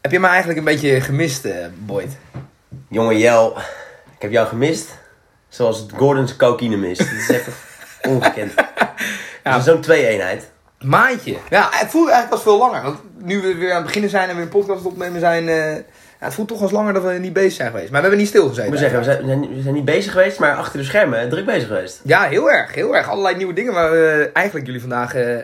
Heb je me eigenlijk een beetje gemist, eh, Boyd? Jongen Jel, ik heb jou gemist. Zoals het Gordon's cocaïne mist. Dit is even ongekend. Dat is Zo'n twee-eenheid. Maandje. Ja, het voelt eigenlijk als veel langer. Want nu we weer aan het beginnen zijn en weer een podcast opnemen zijn... eh, ja, het voelt toch als langer dat we niet bezig zijn geweest. Maar we hebben niet stilgezeten. Ik moet zeggen, we zijn, we zijn- we zijn niet bezig geweest, maar achter de schermen druk bezig geweest. Ja, heel erg. Heel erg. Allerlei nieuwe dingen waar we eigenlijk jullie vandaag eh,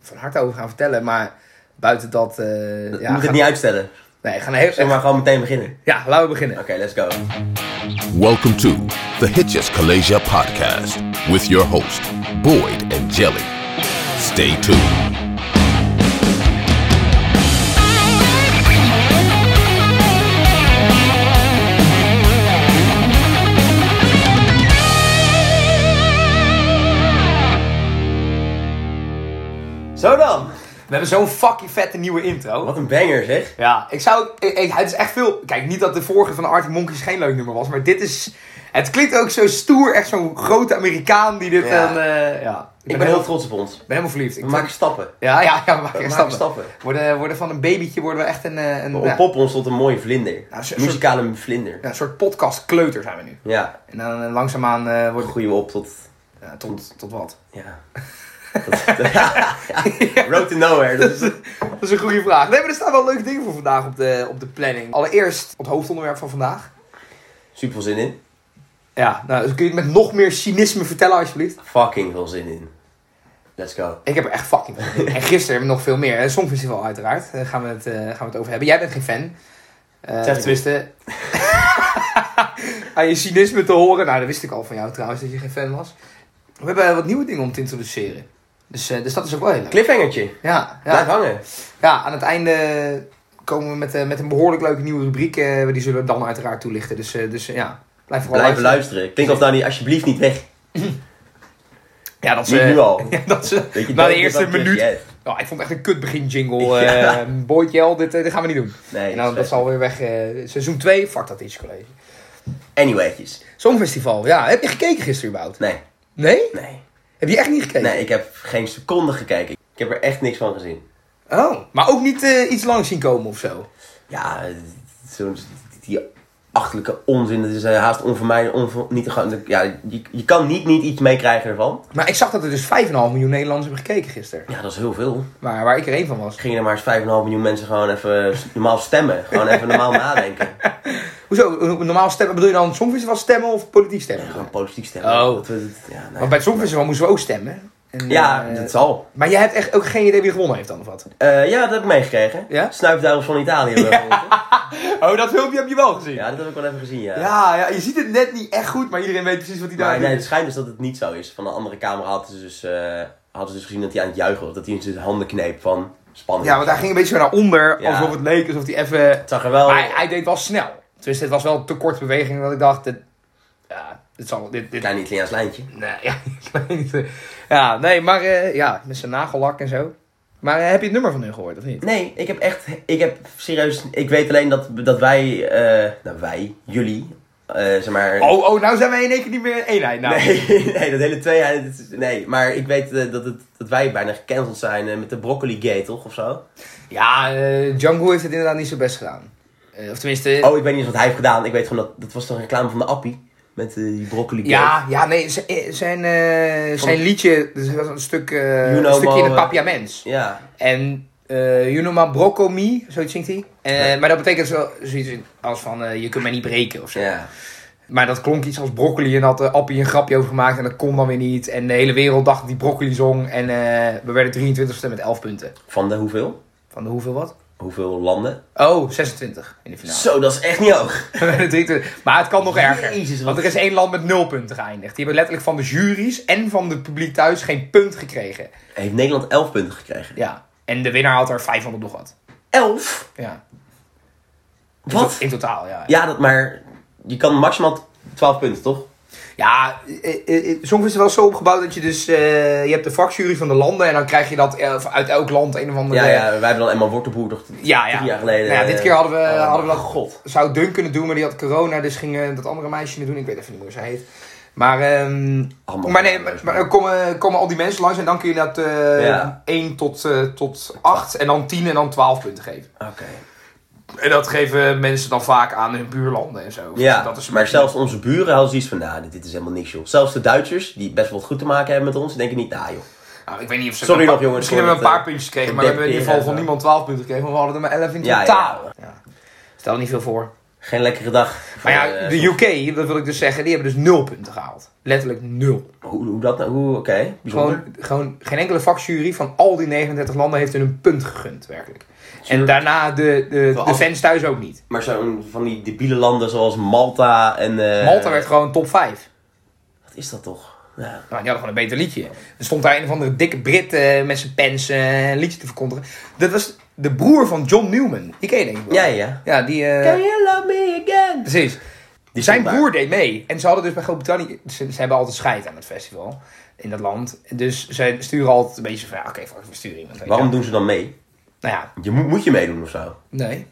van harte over gaan vertellen. Maar buiten dat... eh, Je ja, moet het gaan- niet uitstellen. Nee, gaan heel... Zullen we maar gewoon meteen beginnen? Oké, Ja, laten we beginnen. let's go. Welcome to the Hitches Kalasia podcast with your host, Boyd and Jelly. Stay tuned. Zo dan. We hebben zo'n fucking vette nieuwe intro. Wat een banger zeg. Ja, ik zou. Ik, ik- het is echt veel. Kijk, niet dat de vorige van de Arctic Monkeys geen leuk nummer was, maar dit is. Het klinkt ook zo stoer, echt zo'n grote Amerikaan die dit Ja. dan. eh, ja. Ik ben heel trots op ons. ben helemaal verliefd. Ik We maken stappen. Ja, ja, ja, we maken maken echt stappen. stappen. Worden, worden van een babytje worden we echt een, eh, een, We ja, ontpoppen ons tot een mooie vlinder. Nou, zo- Een muzikale vlinder. ja, een soort podcastkleuter zijn we nu. Ja, En dan eh, langzaamaan eh wordt groeien we op tot... ja, tot, tot wat? Ja. Dat- ja. Road to nowhere. Dat is, Dat is een goede vraag. Nee, maar er staan wel leuke dingen voor vandaag op de, op de planning. Allereerst het hoofdonderwerp van vandaag. Super veel zin in. Ja, nou, dus kun je het met nog meer cynisme vertellen alsjeblieft? Fucking veel zin in. Let's go. Ik heb er echt fucking veel zin in. En gisteren nog veel meer. Het Songfestival uiteraard. Daar gaan we het, eh, gaan we het over hebben. Jij bent geen fan. Eh Zeg het tenminste... Aan je cynisme te horen. Nou, dat wist ik al van jou trouwens, dat je geen fan was. We hebben wat nieuwe dingen om te introduceren. Dus, eh, dus dat is ook wel heel leuk. Cliffhangertje. Ja, Blijf ja, hangen. ja, aan het einde komen we met, eh, met een behoorlijk leuke nieuwe rubriek. eh, die zullen we dan uiteraard toelichten. Dus, eh, dus eh, ja, blijf vooral Blijven luisteren. Klink of nou niet, alsjeblieft niet weg. Ja, dat is... Niet eh, nu al. ja, dat is, Weet je, na dat de is eerste wat je- minuut Yeah. Ja, ik vond het echt een kut begin jingle. eh Ja. Boy Jel, dit, eh, dit gaan we niet doen. Nee, en dan, dat dat is alweer weg. eh, seizoen 2, fuck dat iets college. Anyway'tjes. Songfestival, ja. Heb je gekeken gisteren überhaupt? Nee, Nee? nee. Heb je echt niet gekeken? Nee, ik heb geen seconde gekeken. Ik heb er echt niks van gezien. Oh, maar ook niet eh, iets langs zien komen of zo? Ja, eh, zo'n die achterlijke onzin. Dat is eh, haast onvermijdelijk. onver- niet te gaan. Ja, je, je kan niet, niet iets meekrijgen ervan. Maar ik zag dat er dus 5,5 miljoen Nederlanders hebben gekeken gisteren. Ja, dat is heel veel. Maar waar ik er één van was. Gingen er maar eens 5,5 miljoen mensen gewoon even eh, normaal stemmen. Gewoon even normaal nadenken. Hoezo? eh, Normaal stemmen, bedoel je dan Songfestival stemmen of politiek stemmen? Gewoon politiek stemmen. Oh. Dat we- ja, nee. Want bij het Songfestival moesten we ook stemmen. En, ja, eh, dat zal. Maar jij hebt echt ook geen idee wie gewonnen heeft dan of wat? Eh, ja, dat heb ik meegekregen. Ja? Snuifduivels van Italië. hebben we geholpen. Oh, dat filmpje heb je wel gezien? Ja, dat heb ik wel even gezien, ja. Ja, ja, je ziet het net niet echt goed, maar iedereen weet precies wat hij daar Maar nee, doet. het schijnt dus dat het niet zo is. Van de andere camera hadden ze dus, eh, hadden ze dus gezien dat hij aan het juichen was. Dat hij in zijn handen kneep van spanning. Ja, want hij ging een beetje zo naar onder, Ja. alsof het leek, alsof hij even... Oh. Het zag er wel... Maar hij, hij deed wel snel. Dus het was wel een te korte beweging dat ik dacht, dit, ja, dit zal... Dit, dit, Klein Italiaans lijntje. nee, ja, ik weet niet. ja, nee, maar eh, ja, met zijn nagellak en zo. Maar eh, heb je het nummer van hun gehoord, of niet? Nee, ik heb echt... Ik heb serieus... Ik weet alleen dat, dat wij... eh, nou, wij. Jullie. eh, zeg maar... Oh, oh, nou zijn wij in één keer niet meer een eenheid nou. Nee, nee, dat hele tweeheid. het is- Nee, maar ik weet eh, dat, het, dat wij bijna gecanceld zijn eh, met de Broccoli Gate, toch? Of zo? Ja, eh, Django heeft het inderdaad niet zijn best gedaan. Eh, of tenminste... Oh, ik weet niet eens wat hij heeft gedaan. Ik weet gewoon dat... Dat was toch een reclame van de Appie? Met eh, die Broccoli Gate. Ja, ja, nee, z- eh, zijn, eh, zijn liedje, dus dat was een, stuk, eh, You know een stukje in my- het Papiaments. Ja. En eh you know my brocco me, zoiets zingt hij. Eh, Maar dat betekent zo, zoiets als van, eh, je kunt mij niet breken of zo. Ja. Maar dat klonk iets als broccoli en had eh, Appie een grapje over gemaakt en dat kon dan weer niet. En de hele wereld dacht dat die broccoli zong en eh, we werden 23ste met 11 punten. Van de hoeveel? Van de hoeveel wat? Hoeveel landen? Oh, 26 in de finale. Zo, dat is echt niet hoog. We werden 23. maar het kan nog erger. Jezus, wat- Want er is één land met 0 punten geëindigd. Die hebben letterlijk van de juries en van het publiek thuis geen punt gekregen. Heeft Nederland 11 punten gekregen? Ja. En de winnaar had er 500 nog wat. 11? Ja. In Wat? to- In totaal, ja. Ja, dat maar. Je kan maximaal 12 punten, toch? Ja, eh, eh, eh, soms is het wel zo opgebouwd dat je dus... eh, je hebt de vakjury van de landen en dan krijg je dat eh, uit elk land een of andere... Ja, ja, wij hebben dan Emma Wortelboer toch ja, ja. drie jaar geleden. Nou ja, dit keer hadden we, eh, hadden we dat... God. Zou Dun kunnen doen, maar die had corona, dus ging eh, dat andere meisje het doen. Ik weet even niet meer hoe ze heet. Maar, ehm, Allemaal maar, nee, maar, mensen. maar er komen, komen al die mensen langs en dan kun je dat eh Ja. 1 tot, eh tot 8 en dan 10 en dan 12 punten geven. Oké. En dat geven mensen dan vaak aan hun buurlanden en zo. Ja, dat is maar zelfs onze buren hadden zoiets van, nou, dit, dit is helemaal niks, joh. Zelfs de Duitsers, die best wel wat goed te maken hebben met ons, denken niet, nou, joh. Nou, ik weet niet of ze Sorry een paar- nog, jongens, Misschien voor hebben we een het, paar eh, puntjes gekregen, maar we hebben in ieder geval van ja. niemand 12 punten gekregen, want we hadden er maar 11 in Ja, totaal. Ja. Stel er niet veel voor. Geen lekkere dag. Maar ja, Eh, de UK, dat wil ik dus zeggen, die hebben dus 0 punten gehaald. Letterlijk 0. hoe, hoe dat nou? Hoe, oké. bijzonder. Gewoon, gewoon geen enkele vakjury van al die 39 landen heeft hun een punt gegund, werkelijk. En daarna de, de, de als- fans thuis ook niet. Maar zo'n van die debiele landen zoals Malta en... eh, Malta werd gewoon top 5. Wat is dat toch? Ja. Nou, die hadden gewoon een beter liedje. Er stond daar een of andere dikke Brit eh, met zijn pens eh, een liedje te verkondigen. Dat was de broer van John Newman. Die ken je denk ik wel. Ja, ja. Ja, die... eh, Can you love me again? Precies. Die Zijn stond daar. broer deed mee. En ze hadden dus bij Groot-Brittannië... Ze, ze hebben altijd scheid aan het festival. In dat land. Dus ze sturen altijd een beetje van... ja, Oké, fuck, we sturen iemand. weet je Waarom wel. doen ze dan mee? Nou ja, Je moet, moet je meedoen of zo? Oké, nee.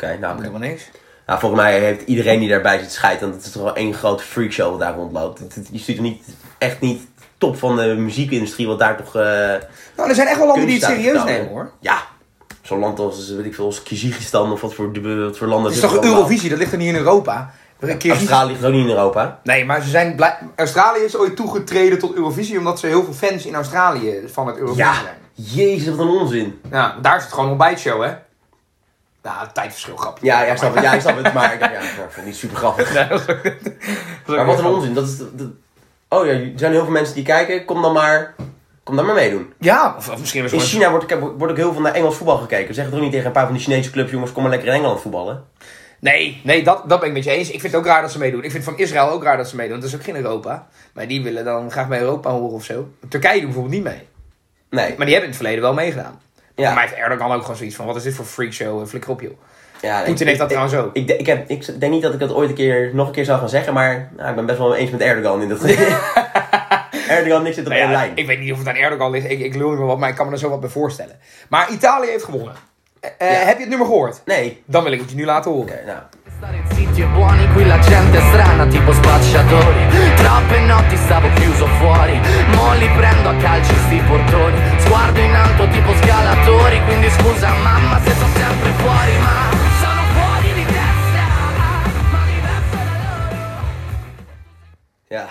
nou, oké. Helemaal niks. nou, volgens mij heeft iedereen die daarbij zit schijt. En dat is toch wel één grote freakshow wat daar rondloopt. Het- het- Je ziet toch niet, echt niet top van de muziekindustrie wat daar toch... eh, Nou, er zijn echt wel landen die het kunst nou uit serieus betaalt. nemen, hoor. Ja. Zo'n land als, weet ik veel, als Kyrgyzstan of wat voor, wat voor landen... Het is zitten toch er nou allemaal? Eurovisie? Dat ligt er niet in Europa. Een keer- Australië ligt ook niet in Europa. Nee, maar ze zijn blij- Australië is ooit toegetreden tot Eurovisie... omdat ze heel veel fans in Australië van het Eurovisie Ja, zijn. jezus, wat een onzin. Ja, daar is het gewoon een ontbijtshow, hè? Nou, tijdverschil, grapje. Ja, ja, ik snap het. Ja, ik snap het. Maar ik dacht, ja, ik vond het niet super grappig. Maar wat een onzin. Dat is, dat- Oh ja, er zijn heel veel mensen die kijken. Kom dan maar, kom dan maar meedoen. Ja, of, of misschien was In het China wordt wordt ook heel veel naar Engels voetbal gekeken. Zeg het ook niet tegen een paar van die Chinese clubs. Jongens, kom maar lekker in Engeland voetballen. Nee, nee dat, dat ben ik met je eens. Ik vind het ook raar dat ze meedoen. Ik vind van Israël ook raar dat ze meedoen. Dat is ook geen Europa. Maar die willen dan graag bij Europa horen of zo. Turkije doet bijvoorbeeld niet mee. Nee. Maar die hebben in het verleden wel meegedaan. Ja. Voor mij heeft Erdogan ook gewoon zoiets van... Wat is dit voor freakshow? Eh, Flikker op, joh. Ja, nee, Poetin heeft dat ik- trouwens ook. Ik, ik, ik, heb, ik denk niet dat ik dat ooit een keer, nog een keer zou gaan zeggen. Maar nou, ik ben best wel eens met Erdogan in dat. Erdogan, niks zit op Nou één ja, lijn. ik weet niet of het aan Erdogan ligt. Ik, ik lul me wat, maar ik kan me er zo wat bij voorstellen. Maar Italië heeft gewonnen. Eh, eh, Heb je het nummer gehoord? Nee. Dan wil ik het je nu laten horen. Oké, nou. Stare zitti e buoni, qui la gente è strana tipo spacciatori Troppe notti stavo chiuso fuori, mo li prendo a calci sti portoni Sguardo in alto tipo scalatori, quindi scusa mamma se sono sempre fuori Ma sono fuori di testa, ma diverso da loro Ja.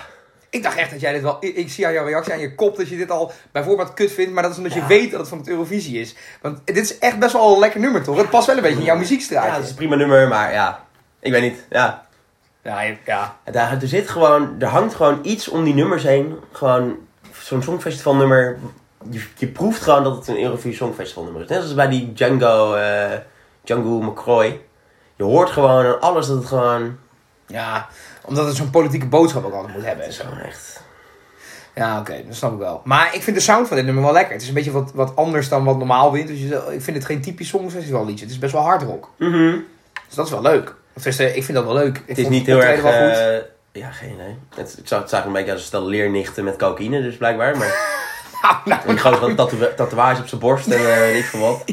Ik dacht echt dat jij dit wel. Ik, ik zie aan jouw reactie aan je kop dat je dit al bijvoorbeeld kut vindt. Maar dat is omdat je weet dat het van het Eurovisie is. Want dit is echt best wel een lekker nummer, toch? Het past wel een beetje in jouw ja, dat muziekstraatje. is een prima nummer, maar ja. Ik weet niet. Ja. Ja, je- ja. Daar, er, zit gewoon, er hangt gewoon iets om die nummers heen. Gewoon zo'n songfestivalnummer. Je, je proeft gewoon dat het een Eurovisie songfestivalnummer is. Net als bij die Django, eh Django McCroy. Je hoort gewoon aan alles dat het gewoon... Ja, omdat het zo'n politieke boodschap ook altijd moet hebben en zo. gewoon echt... Ja, oké, dat snap ik wel. Maar ik vind de sound van dit nummer wel lekker. Het is een beetje wat, wat anders dan wat normaal wint. Dus je zegt, ik vind het geen typisch songfestival liedje. Het is best wel hard rock. Mhm. Dus dat is wel leuk. Of tenminste, ik vind dat wel leuk. Ik Het is niet heel het erg... optreden wel goed. eh, ja, geen idee. Het, het, zag, het zag een beetje als een stel leernichten met cocaïne, dus blijkbaar. Maar Nou, nou, een groot wat tatoe tatoeage op zijn borst en eh, weet ik veel wat.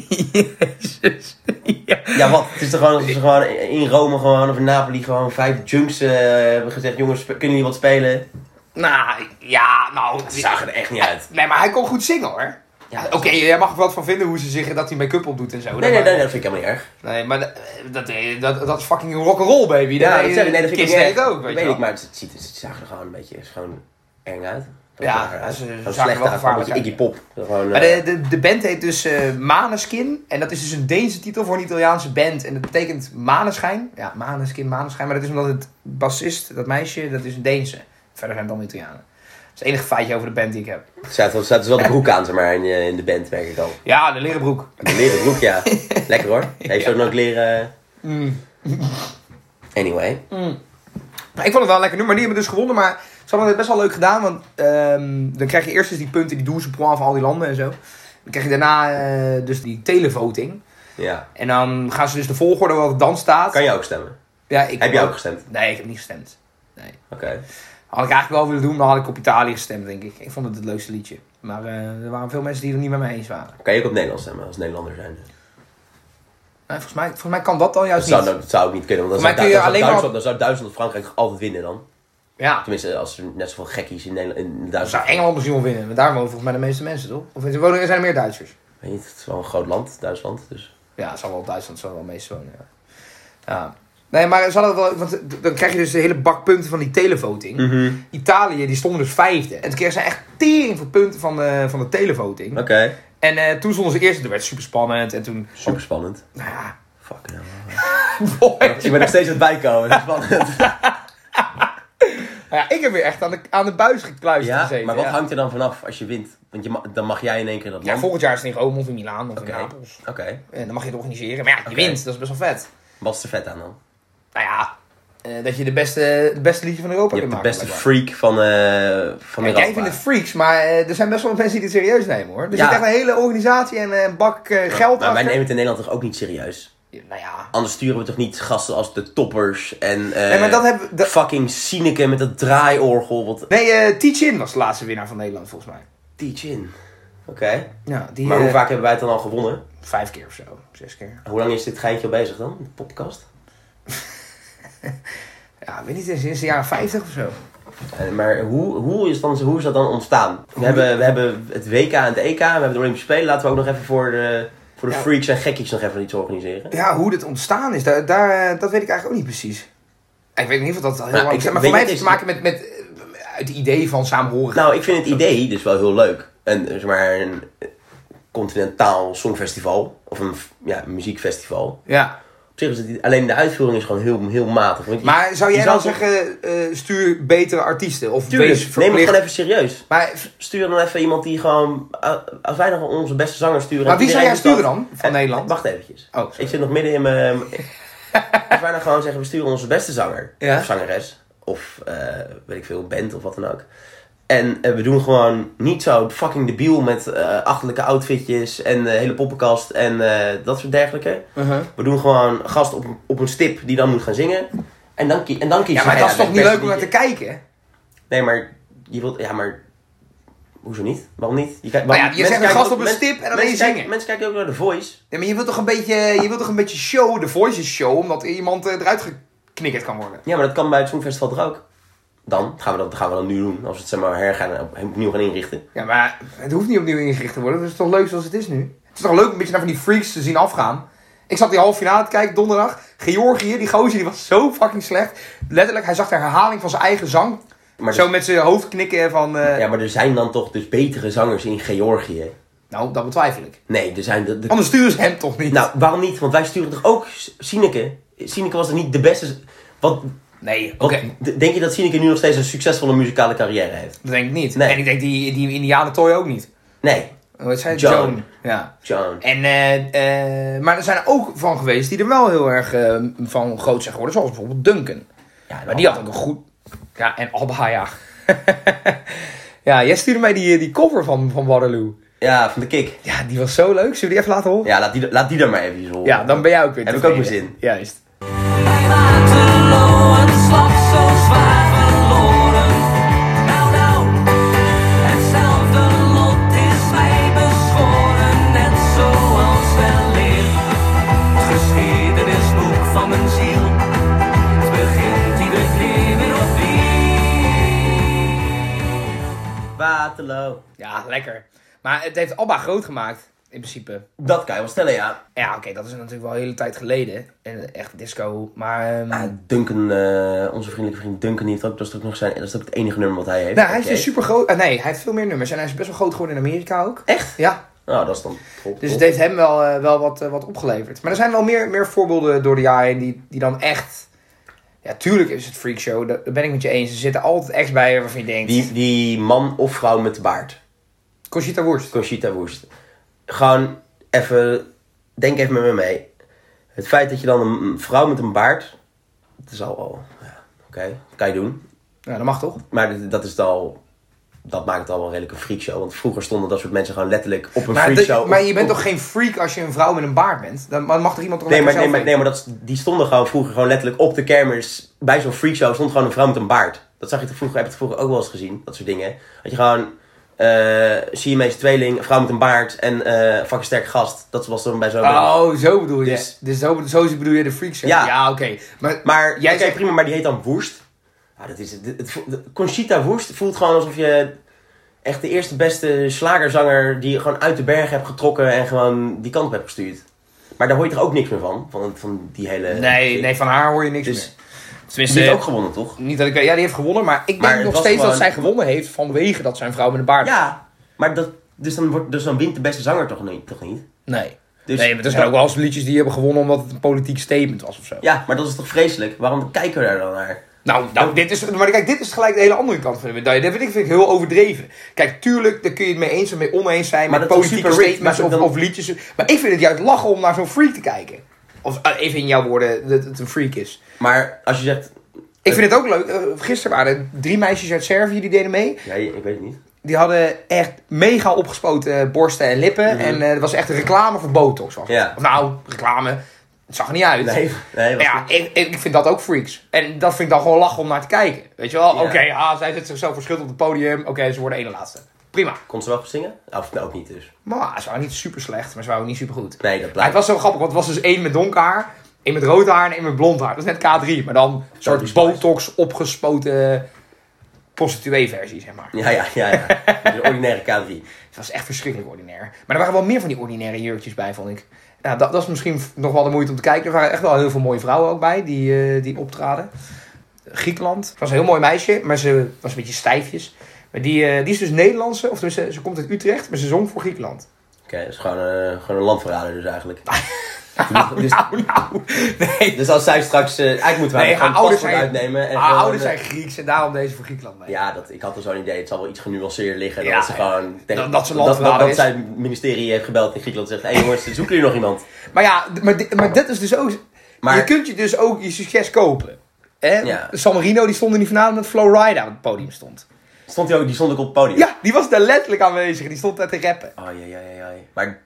Jezus. Ja. Ja, wat? Het is toch gewoon alsof ze gewoon in Rome gewoon, of in Napoli gewoon vijf junks eh, hebben gezegd: jongens, spe- kunnen jullie wat spelen? Nou, ja, nou. Ze zagen er echt niet uit. Nee, maar hij kon goed zingen hoor. Ja, Oké, jij mag er wat van vinden hoe ze zeggen dat hij make-up op doet en zo. Nee, nee, nee, nee. dat vind ik helemaal niet erg. Nee, maar dat, dat, eh, dat, dat is fucking rock'n'roll, baby. Ja, Nee, dat zeg ik, nee, dat vind ik Kiss niet deed erg. het ook, weet, je weet wel. ik, maar het, het ziet, het zagen er gewoon een beetje het is gewoon eng uit. Het Ja, zag eruit. ze- ze Gewoon zagen slecht wel uit, gewoon een gevaarlijk beetje Iggy uit, Pop. Gewoon, Maar eh, de, de, de band heet dus eh Maneskin. En dat is dus een Deense titel voor een Italiaanse band. En dat betekent maneschijn. Ja, Maneskin, maneschijn. Maar dat is omdat het bassist, dat meisje, dat is een Deense. Verder zijn het allemaal Italianen. Dat is het enige feitje over de band die ik heb. er staat, wel- er staat dus wel de broek aan, zeg maar, in, eh, in de band, merk ik al. Ja, de leren broek. De leren broek, ja. Lekker hoor. Heeft ze ook nog leren. eh, Mm. Anyway. Maar Nou, ik vond het wel een lekker nummer. Die hebben dus gewonnen. Maar ze hadden het best wel leuk gedaan. Want ehm, dan krijg je eerst eens die punten, die douze point van al die landen en zo. Dan krijg je daarna eh, dus die televoting. Ja. En dan gaan ze dus de volgorde wat dan staat. Kan je ook stemmen? ja, ik Heb je ook gestemd? Nee, ik heb niet gestemd. Nee. Oké. Had ik eigenlijk wel willen doen, maar dan had ik op Italië gestemd, denk ik. Ik vond het het leukste liedje. Maar eh, er waren veel mensen die er niet met me eens waren. Kan je ook op Nederlands stemmen als Nederlander zijn? Nee, volgens, mij, volgens mij kan dat dan Dat juist zou, nou- niet. dat zou ook niet kunnen, want dan Maar zou, kun je dan zou alleen maar- Duitsland, dan zou Duitsland of Frankrijk altijd winnen dan. Ja, Tenminste, als er net zoveel gekkies in, Nederland, in dan zou Duitsland... Engeland misschien wel winnen. Want daar wonen volgens mij de meeste mensen, toch? Of wonen- er zijn er meer Duitsers? Weet niet, het is wel een groot land, Duitsland. Dus. Ja, het zal wel Duitsland zal wel meestonen. Ja. ja. Nee, maar zal het wel, want d- dan krijg je dus de hele bak punten van die televoting. Mhm. Italië, die stonden dus vijfde. En toen kregen ze echt tering veel punten van de, van de televoting. Oké, En eh, toen stonden ze eerst, toen werd het super spannend. En toen, super spannend. nou ja, Fuck nou. boy. Ik ben nog steeds aan het bijkomen, dat is spannend. Nou ja, ik heb weer echt aan de, aan de buis gekluisterd Ja, gezeten. maar wat ja. hangt er dan vanaf als je wint? Want je ma- dan mag jij in één keer dat Ja, land. volgend jaar is het in Rome of in Milaan of in Oké. Napels. Oké, En dan mag je het organiseren. Maar ja, je Oké. wint. Dat is best wel vet. wat is er vet aan dan? Nou ja, eh, dat je de beste, het beste liedje van Europa Je kunt hebt de maken. beste blijkbaar. freak van, eh van Ja, jij Europa. vindt het freaks, maar eh, er zijn best wel wat mensen die het serieus nemen hoor. Er Ja. zit echt een hele organisatie en eh, een bak eh, geld Maar wij achter. nemen het in Nederland toch ook niet serieus? Ja, Nou ja. Anders sturen we toch niet gasten als de toppers en eh, Nee, maar dat hebben we- dat- fucking Sineke met dat draaiorgel. Wat... Nee, eh Tichin was de laatste winnaar van Nederland volgens mij. Die gin. Oké. Ja, die, Maar hoe eh, vaak hebben wij het dan al gewonnen? Vijf keer of zo. Zes keer. Hoe lang is dit geintje al bezig dan? De podcast? Ja, ik weet niet, sinds de jaren 50 of zo. Eh, maar hoe, hoe, is dan, hoe is dat dan ontstaan? We hebben, we hebben het WK en het EK, we hebben de Olympische Spelen. Laten we ook nog even voor de, voor de Ja. freaks en gekkies nog even iets organiseren. Ja, hoe dit ontstaan is, daar, daar, eh, dat weet ik eigenlijk ook niet precies. Ik weet niet of dat al heel Nou, lang is. ik- Maar weet voor mij je, heeft het te het maken met, met eh, het idee van samenhoren. Nou, ik vind het idee dus wel heel leuk. Een, zeg maar, een eh, continentaal songfestival. Of een f- ja, een muziekfestival. ja. Op zich is het, alleen de uitvoering is gewoon heel, heel matig. Want je- Maar zou jij je dan toch- zeggen, eh, stuur betere artiesten? Of Tuurlijk, wees neem het verplicht- gewoon even serieus. Maar, v- Stuur dan even iemand die gewoon... eh, Als wij nog onze beste zanger sturen... Maar wie iedereen zou jij doet dat- sturen dan, van Eh, Nederland? Wacht eventjes. Oh, sorry. ik zit nog midden in mijn... als wij nou gewoon zeggen, we sturen onze beste zanger. Ja. Of zangeres. Of, eh, weet ik veel, band of wat dan ook. En eh, we doen gewoon niet zo fucking debiel met eh, achterlijke outfitjes en eh, hele poppenkast en eh, dat soort dergelijke. Uh-huh. We doen gewoon gast op, op een stip die dan moet gaan zingen. En dan, kie en dan kies ja, maar jij dat is toch uit het niet leuk om beste naar te liedje. kijken? Nee, maar je wilt. Ja, maar. Hoezo niet? Waarom niet? Je kijkt, Maar Nou ja, waarom- je mensen zegt een kijken gast ook- op een mensen- stip en dan ben je mensen kijken- zingen. Mensen kijken ook naar de voice. Ja, maar je wilt toch een beetje, je wilt toch een beetje show, de voice is show, omdat iemand eh, eruit geknikkerd kan worden. Ja, maar dat kan bij het Songfestival toch ook? Dan gaan we dat, gaan we dat nu doen. Als we het zeg maar hergaan op- opnieuw gaan inrichten. Ja, maar het hoeft niet opnieuw ingericht te worden. Het is toch leuk zoals het is nu? Het is toch leuk een beetje naar van die freaks te zien afgaan? Ik zat die halve finale te kijken donderdag. Georgië, die gozer, die was zo fucking slecht. Letterlijk, hij zag de herhaling van zijn eigen zang. Maar zo dus- met zijn hoofd knikken van... eh, Ja, maar er zijn dan toch dus betere zangers in Georgië? Nou, dat betwijfel ik. Nee, er zijn. De, de- Anders sturen ze hem toch niet? Nou, waarom niet? Want wij sturen toch ook S- Sineke? Sineke was er niet de beste. z- Wat, nee, oké. wat d- Denk je dat Sineke nu nog steeds een succesvolle muzikale carrière heeft? Dat denk ik niet. Nee. En ik denk die, die Indianentooi ook niet. Nee. Hoe heet zij? Joan. Joan. Ja. John. En, eh, eh, maar er zijn er ook van geweest die er wel heel erg eh, van groot zijn geworden. Zoals bijvoorbeeld Duncan. Ja, Maar die had ook een goed... Ja, en Abba, ja. ja, jij stuurde mij die, die cover van, van Waterloo. Ja, van de kick. Ja, die was zo leuk. Zullen we die even laten horen? Ja, Ja, laat die, laat die dan maar even horen. dan ben jij ook weer Heb ik ook tevreden. mijn zin. Juist. Waterloo, het slag zo zwaar verloren. Nou, nou, hetzelfde lot is mij beschoren, net zoals wellicht. Het geschiedenisboek van mijn ziel, het begint iedere keer weer opnieuw. Waterloo. Ja, lekker. Maar het heeft Abba groot gemaakt, in principe. Dat kan je wel stellen, ja. Ja, oké, dat is natuurlijk wel een hele tijd geleden. En eh, echt disco, maar... ehm, Ah, Duncan, eh, onze vriendelijke vriend Duncan, die heeft ook, dat is ook nog zijn, dat is ook het enige nummer wat hij heeft. nou, hij is Oké. dus super groot... nee, hij heeft veel meer nummers. En hij is best wel groot geworden in Amerika ook. Echt? Ja, Nou, dat is dan top. dus top. het heeft hem wel, eh, wel wat, eh, wat opgeleverd. Maar er zijn wel meer, meer voorbeelden door de jaren heen die, die dan echt... Ja, tuurlijk is het freakshow, dat, dat ben ik met je eens. Er zitten altijd ex bij waarvan je denkt... die, die man of vrouw met de baard, Conchita Wurst. Conchita Woest. Gewoon even, denk even met me mee. Het feit dat je dan een vrouw met een baard, dat is al, al ja, oké, dat kan je doen. Ja, dat mag toch? Maar dat- dat is dan al, dat maakt het al wel redelijk een freakshow. Want vroeger stonden dat soort mensen gewoon letterlijk op een Maar, de- freakshow. maar je op- bent op- toch geen freak als je een vrouw met een baard bent? Dan mag toch iemand toch Nee, maar, lekker zelf nee, maar, nee, maar dat, is- die stonden gewoon vroeger gewoon letterlijk op de kermis. Bij zo'n freakshow stond gewoon een vrouw met een baard. Dat zag je toch vroeger, heb je het vroeger ook wel eens gezien, dat soort dingen. Dat je gewoon, eh Siamese tweeling, een vrouw met een baard en eh fucking sterk gast. Dat was dan bij zo'n... Oh, zo bedoel je. Dus, Dus- zo, zo bedoel je de freakshow? Ja. oké. Maar, Maar, jij jij zegt... prima, maar die heet dan Woest. Ja, dat is, het, het vo- de- Conchita Woest voelt gewoon alsof je echt de eerste beste slagerzanger die je gewoon uit de berg hebt getrokken en gewoon die kant op hebt gestuurd. Maar daar hoor je toch ook niks meer van? Van, van die hele... Nee, nee, van haar hoor je niks Dus- meer. Die Tenminste, heeft ook gewonnen, toch? niet dat ik, weet- ja, die heeft gewonnen, maar ik Maar het denk nog was steeds dat gewoon- zij gewonnen heeft vanwege dat zijn vrouw met een baard. Ja, maar dat, dus, dan wordt, dus dan wint de beste zanger toch niet? Toch niet? Nee. Dus- nee, maar er zijn ja. ook wel eens liedjes die hebben gewonnen omdat het een politiek statement was of zo. Ja, maar dat is toch vreselijk? Waarom kijken we daar dan naar? Nou, nou dit is, maar kijk, dit is gelijk de hele andere kant van de medaille. Dat vind ik, vind ik heel overdreven. Kijk, tuurlijk, daar kun je het mee eens en mee oneens zijn. Maar met dat is toch politieke super rich, statements maar of, dan- of liedjes. Maar ik vind het juist lachen om naar zo'n freak te kijken. Of eh, even in jouw woorden, dat het een freak is. Maar als je zegt... Ik vind het ook leuk. eh, Gisteren waren er drie meisjes uit Servië die deden mee. Ja, ik weet het niet. Die hadden echt mega opgespoten eh, borsten en lippen. En eh, er was echt een reclame voor botox. Was het. Mhm. Ja. Of nou, reclame. Het zag er niet uit. Nee, nee, was ja, niet. ik, ik vind dat ook freaks. En dat vind ik dan gewoon lachen om naar te kijken. Weet je wel? Ja. Oké, ah, zij zet zichzelf verschil op het podium. Oké, ze worden ene laatste. Prima. Kon ze wel goed zingen? Of nou, ook niet dus. Maar ze waren niet super slecht, maar ze waren ook niet super goed. Nee, dat Maar het blijkt. was zo grappig, want het was dus één met donker haar, één met rood haar en één met blond haar. Dat is net K3, maar dan een soort is botox opgespoten prostituee-versie, zeg maar. Ja, ja, ja, ja. De ordinaire K3. Het was echt verschrikkelijk ordinair. Maar er waren wel meer van die ordinaire jurkjes bij, vond ik. Nou, dat, dat is misschien v- nog wel de moeite om te kijken. Er waren echt wel heel veel mooie vrouwen ook bij die, eh, die optraden. Griekenland. Het was een heel mooi meisje, maar ze was een beetje stijfjes. Maar die, eh, die is dus Nederlandse, of tenminste, ze komt uit Utrecht, maar ze zong voor Griekenland. Oké, dat is gewoon, eh, gewoon een landverrader dus eigenlijk. dus, Nou, nou. Nee, dus als zij straks... eh, eigenlijk moeten wij nee haar gewoon ouders paspoort zijn, uitnemen. En haar gewoon, ouders eh, zijn Grieks en daarom deze voor Griekenland mee. Ja, dat, ik had er zo'n idee. Het zal wel iets genuanceerd liggen. Ja, dat ze ja. gewoon... tegen- Dat- dat ze dat, dat, landverrader dat is. zij het ministerie heeft gebeld in Griekenland. en Zegt, hé hey, jongens, zoeken jullie nog iemand? Maar ja, d- maar, di- maar dat is dus ook... Maar- je kunt je dus ook je succes kopen. Hè? Ja. San Marino die stond er niet vanavond dat Flo Rida op het podium stond. Stond hij ook, die stond ook op het podium. Ja, die was daar letterlijk aanwezig. Die stond daar te rappen. Oh, ja, ja, ja, ja. Maar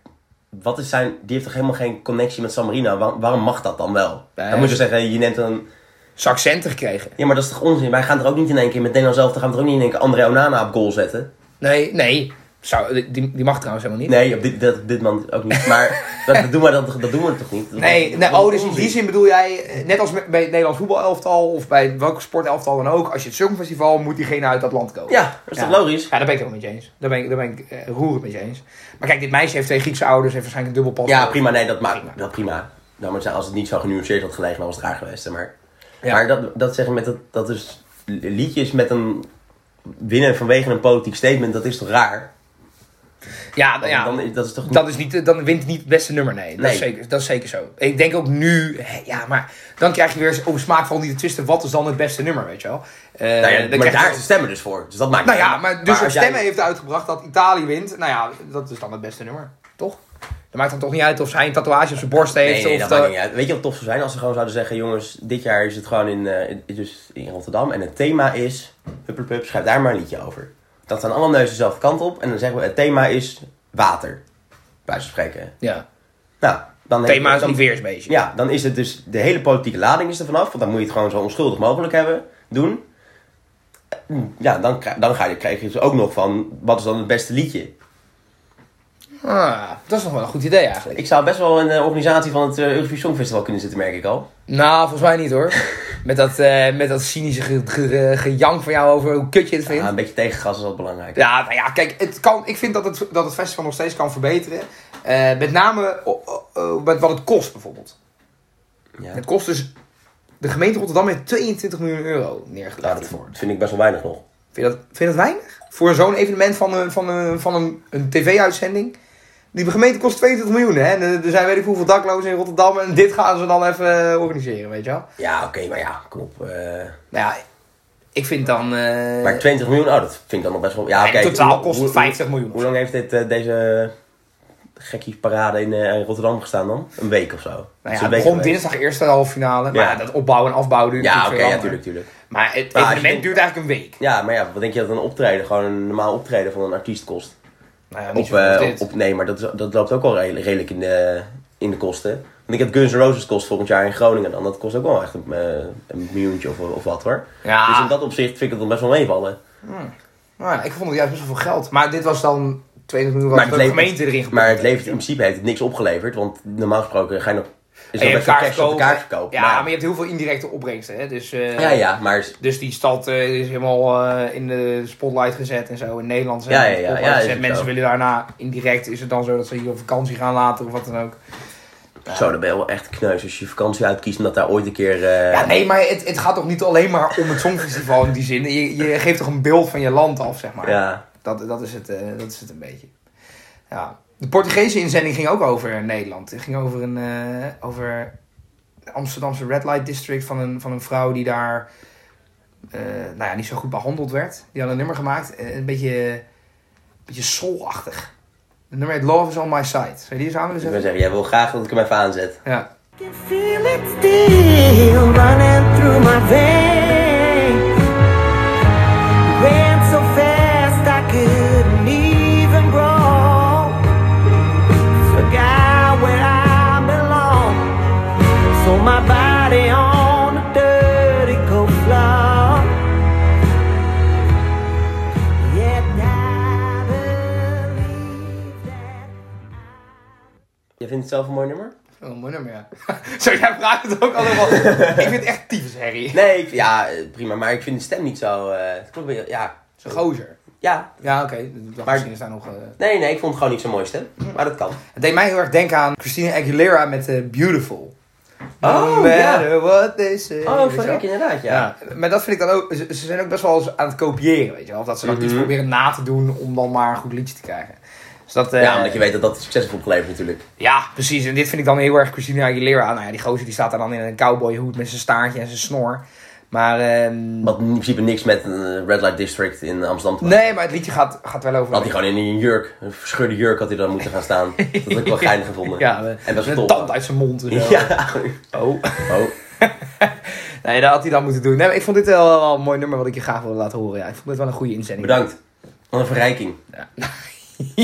wat is zijn... Die heeft toch helemaal geen connectie met San Marino? Waar- waarom mag dat dan wel? Nee. Dan moet je zeggen, je neemt een... Ze accenten gekregen. Ja, maar dat is toch onzin? Wij gaan er ook niet in één keer met Nederland zelf... Dan gaan we er ook niet in één keer André Onana op goal zetten. Nee, nee. Zou, die, die mag trouwens helemaal niet. Nee, op dit, dat, op dit moment ook niet. Maar dat, dat doen we, dat, dat doen we toch niet? Dat- Nee, dat nee is oh, dus in onzin. die zin bedoel jij, eh, net als met- bij het Nederlands voetbalelftal of bij welke sportelftal dan ook, als je het Songfestival moet diegene uit dat land komen. Ja, dat is toch logisch? Ja, daar ben ik het ook met je eens. Daar ben ik, daar ben ik eh, roerend met je eens. Maar kijk, dit meisje heeft twee Griekse ouders, heeft waarschijnlijk een dubbel Ja, paspoort. prima. Nee, dat Prima. maakt dat prima. Nou, maar als het niet zo genuanceerd had gelegen, dan was het raar geweest. hè, Maar, Ja. maar dat, dat zeggen met dat, dat is liedjes met een winnen vanwege een politiek statement, dat is toch raar? Ja, nou Dan, ja. dan is- dat is toch Dat is niet, dan wint niet het beste nummer, nee. Dat, Is Nee. zeker, dat is zeker zo. Ik denk ook nu, hè, ja, maar dan krijg je weer eens over smaakval niet te twisten. Wat is dan het beste nummer, weet je wel? Eh, Nou ja, dan maar krijg je- daar stemmen dus voor. Dus dat maakt Nou niet ja, uit. maar dus als als jij- stemmen heeft uitgebracht dat Italië wint, nou ja, dat is dan het beste nummer, toch? Dat maakt dan toch niet uit of hij een tatoeage op zijn borst Nee, heeft nee, of dat de- maakt niet uit. Weet je wat tof zou zijn als ze gewoon zouden zeggen: jongens, dit jaar is het gewoon in, eh, in- dus in Rotterdam en het thema is. Hupplepup, schrijf daar maar een liedje over. Dat zijn alle neuzen dezelfde kant op en dan zeggen we: het thema is water. Bij wijze van spreken. Ja, Nou, dan thema is dan- niet weersbeestje. Ja, dan is het dus de hele politieke lading is er vanaf, want dan moet je het gewoon zo onschuldig mogelijk hebben doen. Ja, dan, kri- dan ga je, krijg je dus ook nog van wat is dan het beste liedje. Ah, dat is nog wel een goed idee eigenlijk. Ik zou best wel in de organisatie van het eh, Eurovisie Songfestival kunnen zitten, merk ik al. Nou, volgens mij niet hoor. met, dat, eh, met dat cynische ge- ge- gejank van jou over hoe kut je het vindt. Ja, een beetje tegengas is wel belangrijk. Ja, nou ja, kijk, het kan, ik vind dat het, dat het festival nog steeds kan verbeteren. Eh, met name o- o- o- met wat het kost bijvoorbeeld. Ja. Het kost dus... De gemeente Rotterdam heeft 22 miljoen euro Nou, neergelegd dat hiervoor. vind ik best wel weinig nog. Vind je dat, vind je dat weinig? Voor zo'n evenement van, een- van, een- van een, een tv-uitzending. Die gemeente kost 22 miljoen, hè? En eh, er- er zijn weet ik hoeveel daklozen in Rotterdam. En dit gaan ze dan even eh, organiseren, weet je wel? Ja, oké, maar ja, kom op. eh. Nou ja, ik vind dan... eh, maar 20 miljoen, oh, dat vind ik dan nog best wel... Ja, in oké, totaal hoe- kost het hoe- 50 miljoen. Hoe lang heeft dit, eh, deze gekkie parade in eh, Rotterdam gestaan dan? Een week of zo? Nou Het ja, is een het week begon geweest. dinsdag eerste halve finale. Maar Ja. ja, dat opbouwen en afbouwen duurt Ja, oké, natuurlijk veel ja, langer. tuurlijk, tuurlijk. Maar het Maar als je evenement denkt- duurt eigenlijk een week. Ja, maar ja, wat denk je dat een optreden, gewoon een normaal optreden van een artiest kost? Nou ja, niet Op, zo eh, goed als dit. op, op- nee, maar dat, is- dat loopt ook al redelijk, redelijk in, de, in de kosten. Want ik heb Guns N' Roses kost volgend jaar in Groningen dan. Dat kost ook wel echt een, eh, een miljoentje of, of wat hoor. Ja. Dus in dat opzicht vind ik het dan best wel meevallen. Nou ja, ik vond het juist best wel veel geld. Maar dit was dan 20 miljoen Maar wat het, de levert, gemeente erin gepompt maar het heeft. levert in principe heeft het niks opgeleverd. Want normaal gesproken ga je nog... Is En er je best hebt wel cash op kaartverkoop. de kaartverkoop. Ja, maar, je hebt heel veel indirecte opbrengsten. Hè? Dus, eh, ja, ja, maar... Dus die stad eh, is helemaal eh, in de spotlight gezet en zo. In Nederland zijn Ja, ze in ja, de ja, spotlight ja, is gezet. het Mensen zo. willen daarna indirect. Is het dan zo dat ze hier op vakantie gaan later of wat dan ook. Zo, dan ben je wel echt kneus als je vakantie uitkiest en dat daar ooit een keer... eh, Ja, nee, maar het, het gaat toch niet alleen maar om het Songfestival in die zin. Je, je geeft toch een beeld van je land af, zeg maar. ja. Dat, dat, is, het, eh, dat is het een beetje. Ja. De Portugese inzending ging ook over Nederland. Het ging over een eh, over de Amsterdamse Red Light District van een, van een vrouw die daar eh, nou ja, niet zo goed behandeld werd. Die had een nummer gemaakt, eh, een beetje, een beetje soulachtig. Het nummer heet Love is on my side. Zou je die eens aan willen Ik wil zetten? zeggen, jij wil graag dat ik hem even aanzet. Ja. can feel it still running through my veins. Went so fast I couldn't even grow. Forgot where I belong. So my body on a dirty cold floor. Yet I believe that. Je vindt het zelf een mooi nummer? Oh, een mooi nummer, ja. Zo, jij vraagt het ook allemaal. Ik vind het echt tyfus, Harry. Nee, ik, ja, eh, prima. Maar ik vind de stem niet zo... eh, het klopt wel, ja. Zo'n gozer. Ja. Ja, oké. dat dacht Misschien is daar nog... eh, Nee, nee, ik vond het gewoon niet zo'n mooie stem. Maar dat kan. Het deed mij heel erg denken aan Christina Aguilera met eh, Beautiful. Oh, matter ja. what they say. Oh, weet je fuck, wel? inderdaad, ja. Ja, maar dat vind ik dan ook. Ze, ze zijn ook best wel eens aan het kopiëren, weet je wel. Of dat ze dan Mhm. iets proberen na te doen om dan maar een goed liedje te krijgen. Dus dat, eh, Ja, omdat je weet dat dat succesvol oplevert natuurlijk. ja, precies. En dit vind ik dan heel erg Christina Aguilera. Nou ja, die gozer die staat daar dan in een cowboyhoed met zijn staartje en zijn snor. Maar, ehm, Wat in principe niks met een Red Light District in Amsterdam te maken. nee, maar het liedje gaat, gaat wel over... Had hij gewoon in een jurk, een verscheurde jurk had hij dan moeten gaan staan. Dat had ik wel geinig gevonden. Ja, en dat is met tof. een tand uit zijn mond. en zo. Ja. Oh. Oh. Nee, dat had hij dan moeten doen. Nee, maar ik vond dit wel, wel een mooi nummer wat ik je graag wilde laten horen. Ja, ik vond dit wel een goede inzending. Bedankt. Wat een verrijking. Ja.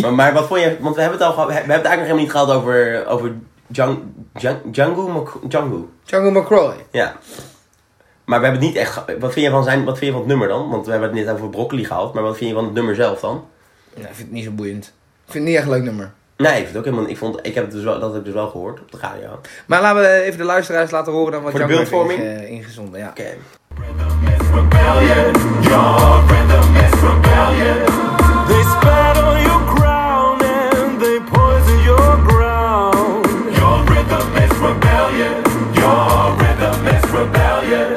Maar, maar wat vond je... Want we hebben het, al, geha- we hebben het eigenlijk nog helemaal niet gehad over... over Jang, Jang, Django Mc- Django. Django McCroy. Ja. Maar we hebben het niet echt... geha- Wat vind, je van zijn, wat vind je van het nummer dan? Want we hebben het net over broccoli gehad. Maar wat vind je van het nummer zelf dan? Nee, ik vind het niet zo boeiend. Ik vind het niet echt een leuk nummer. Nee, ik vind het ook helemaal... Ik vond, ik heb het dus wel, dat heb ik dus wel gehoord op de radio. Oké. Maar laten we even de luisteraars laten horen dan wat Voor de Django heeft beeldvorming? inge- ingezonden. Ja. They spat on your crown and they poison your ground. Your rhythm is rebellion. Your rhythm is rebellion.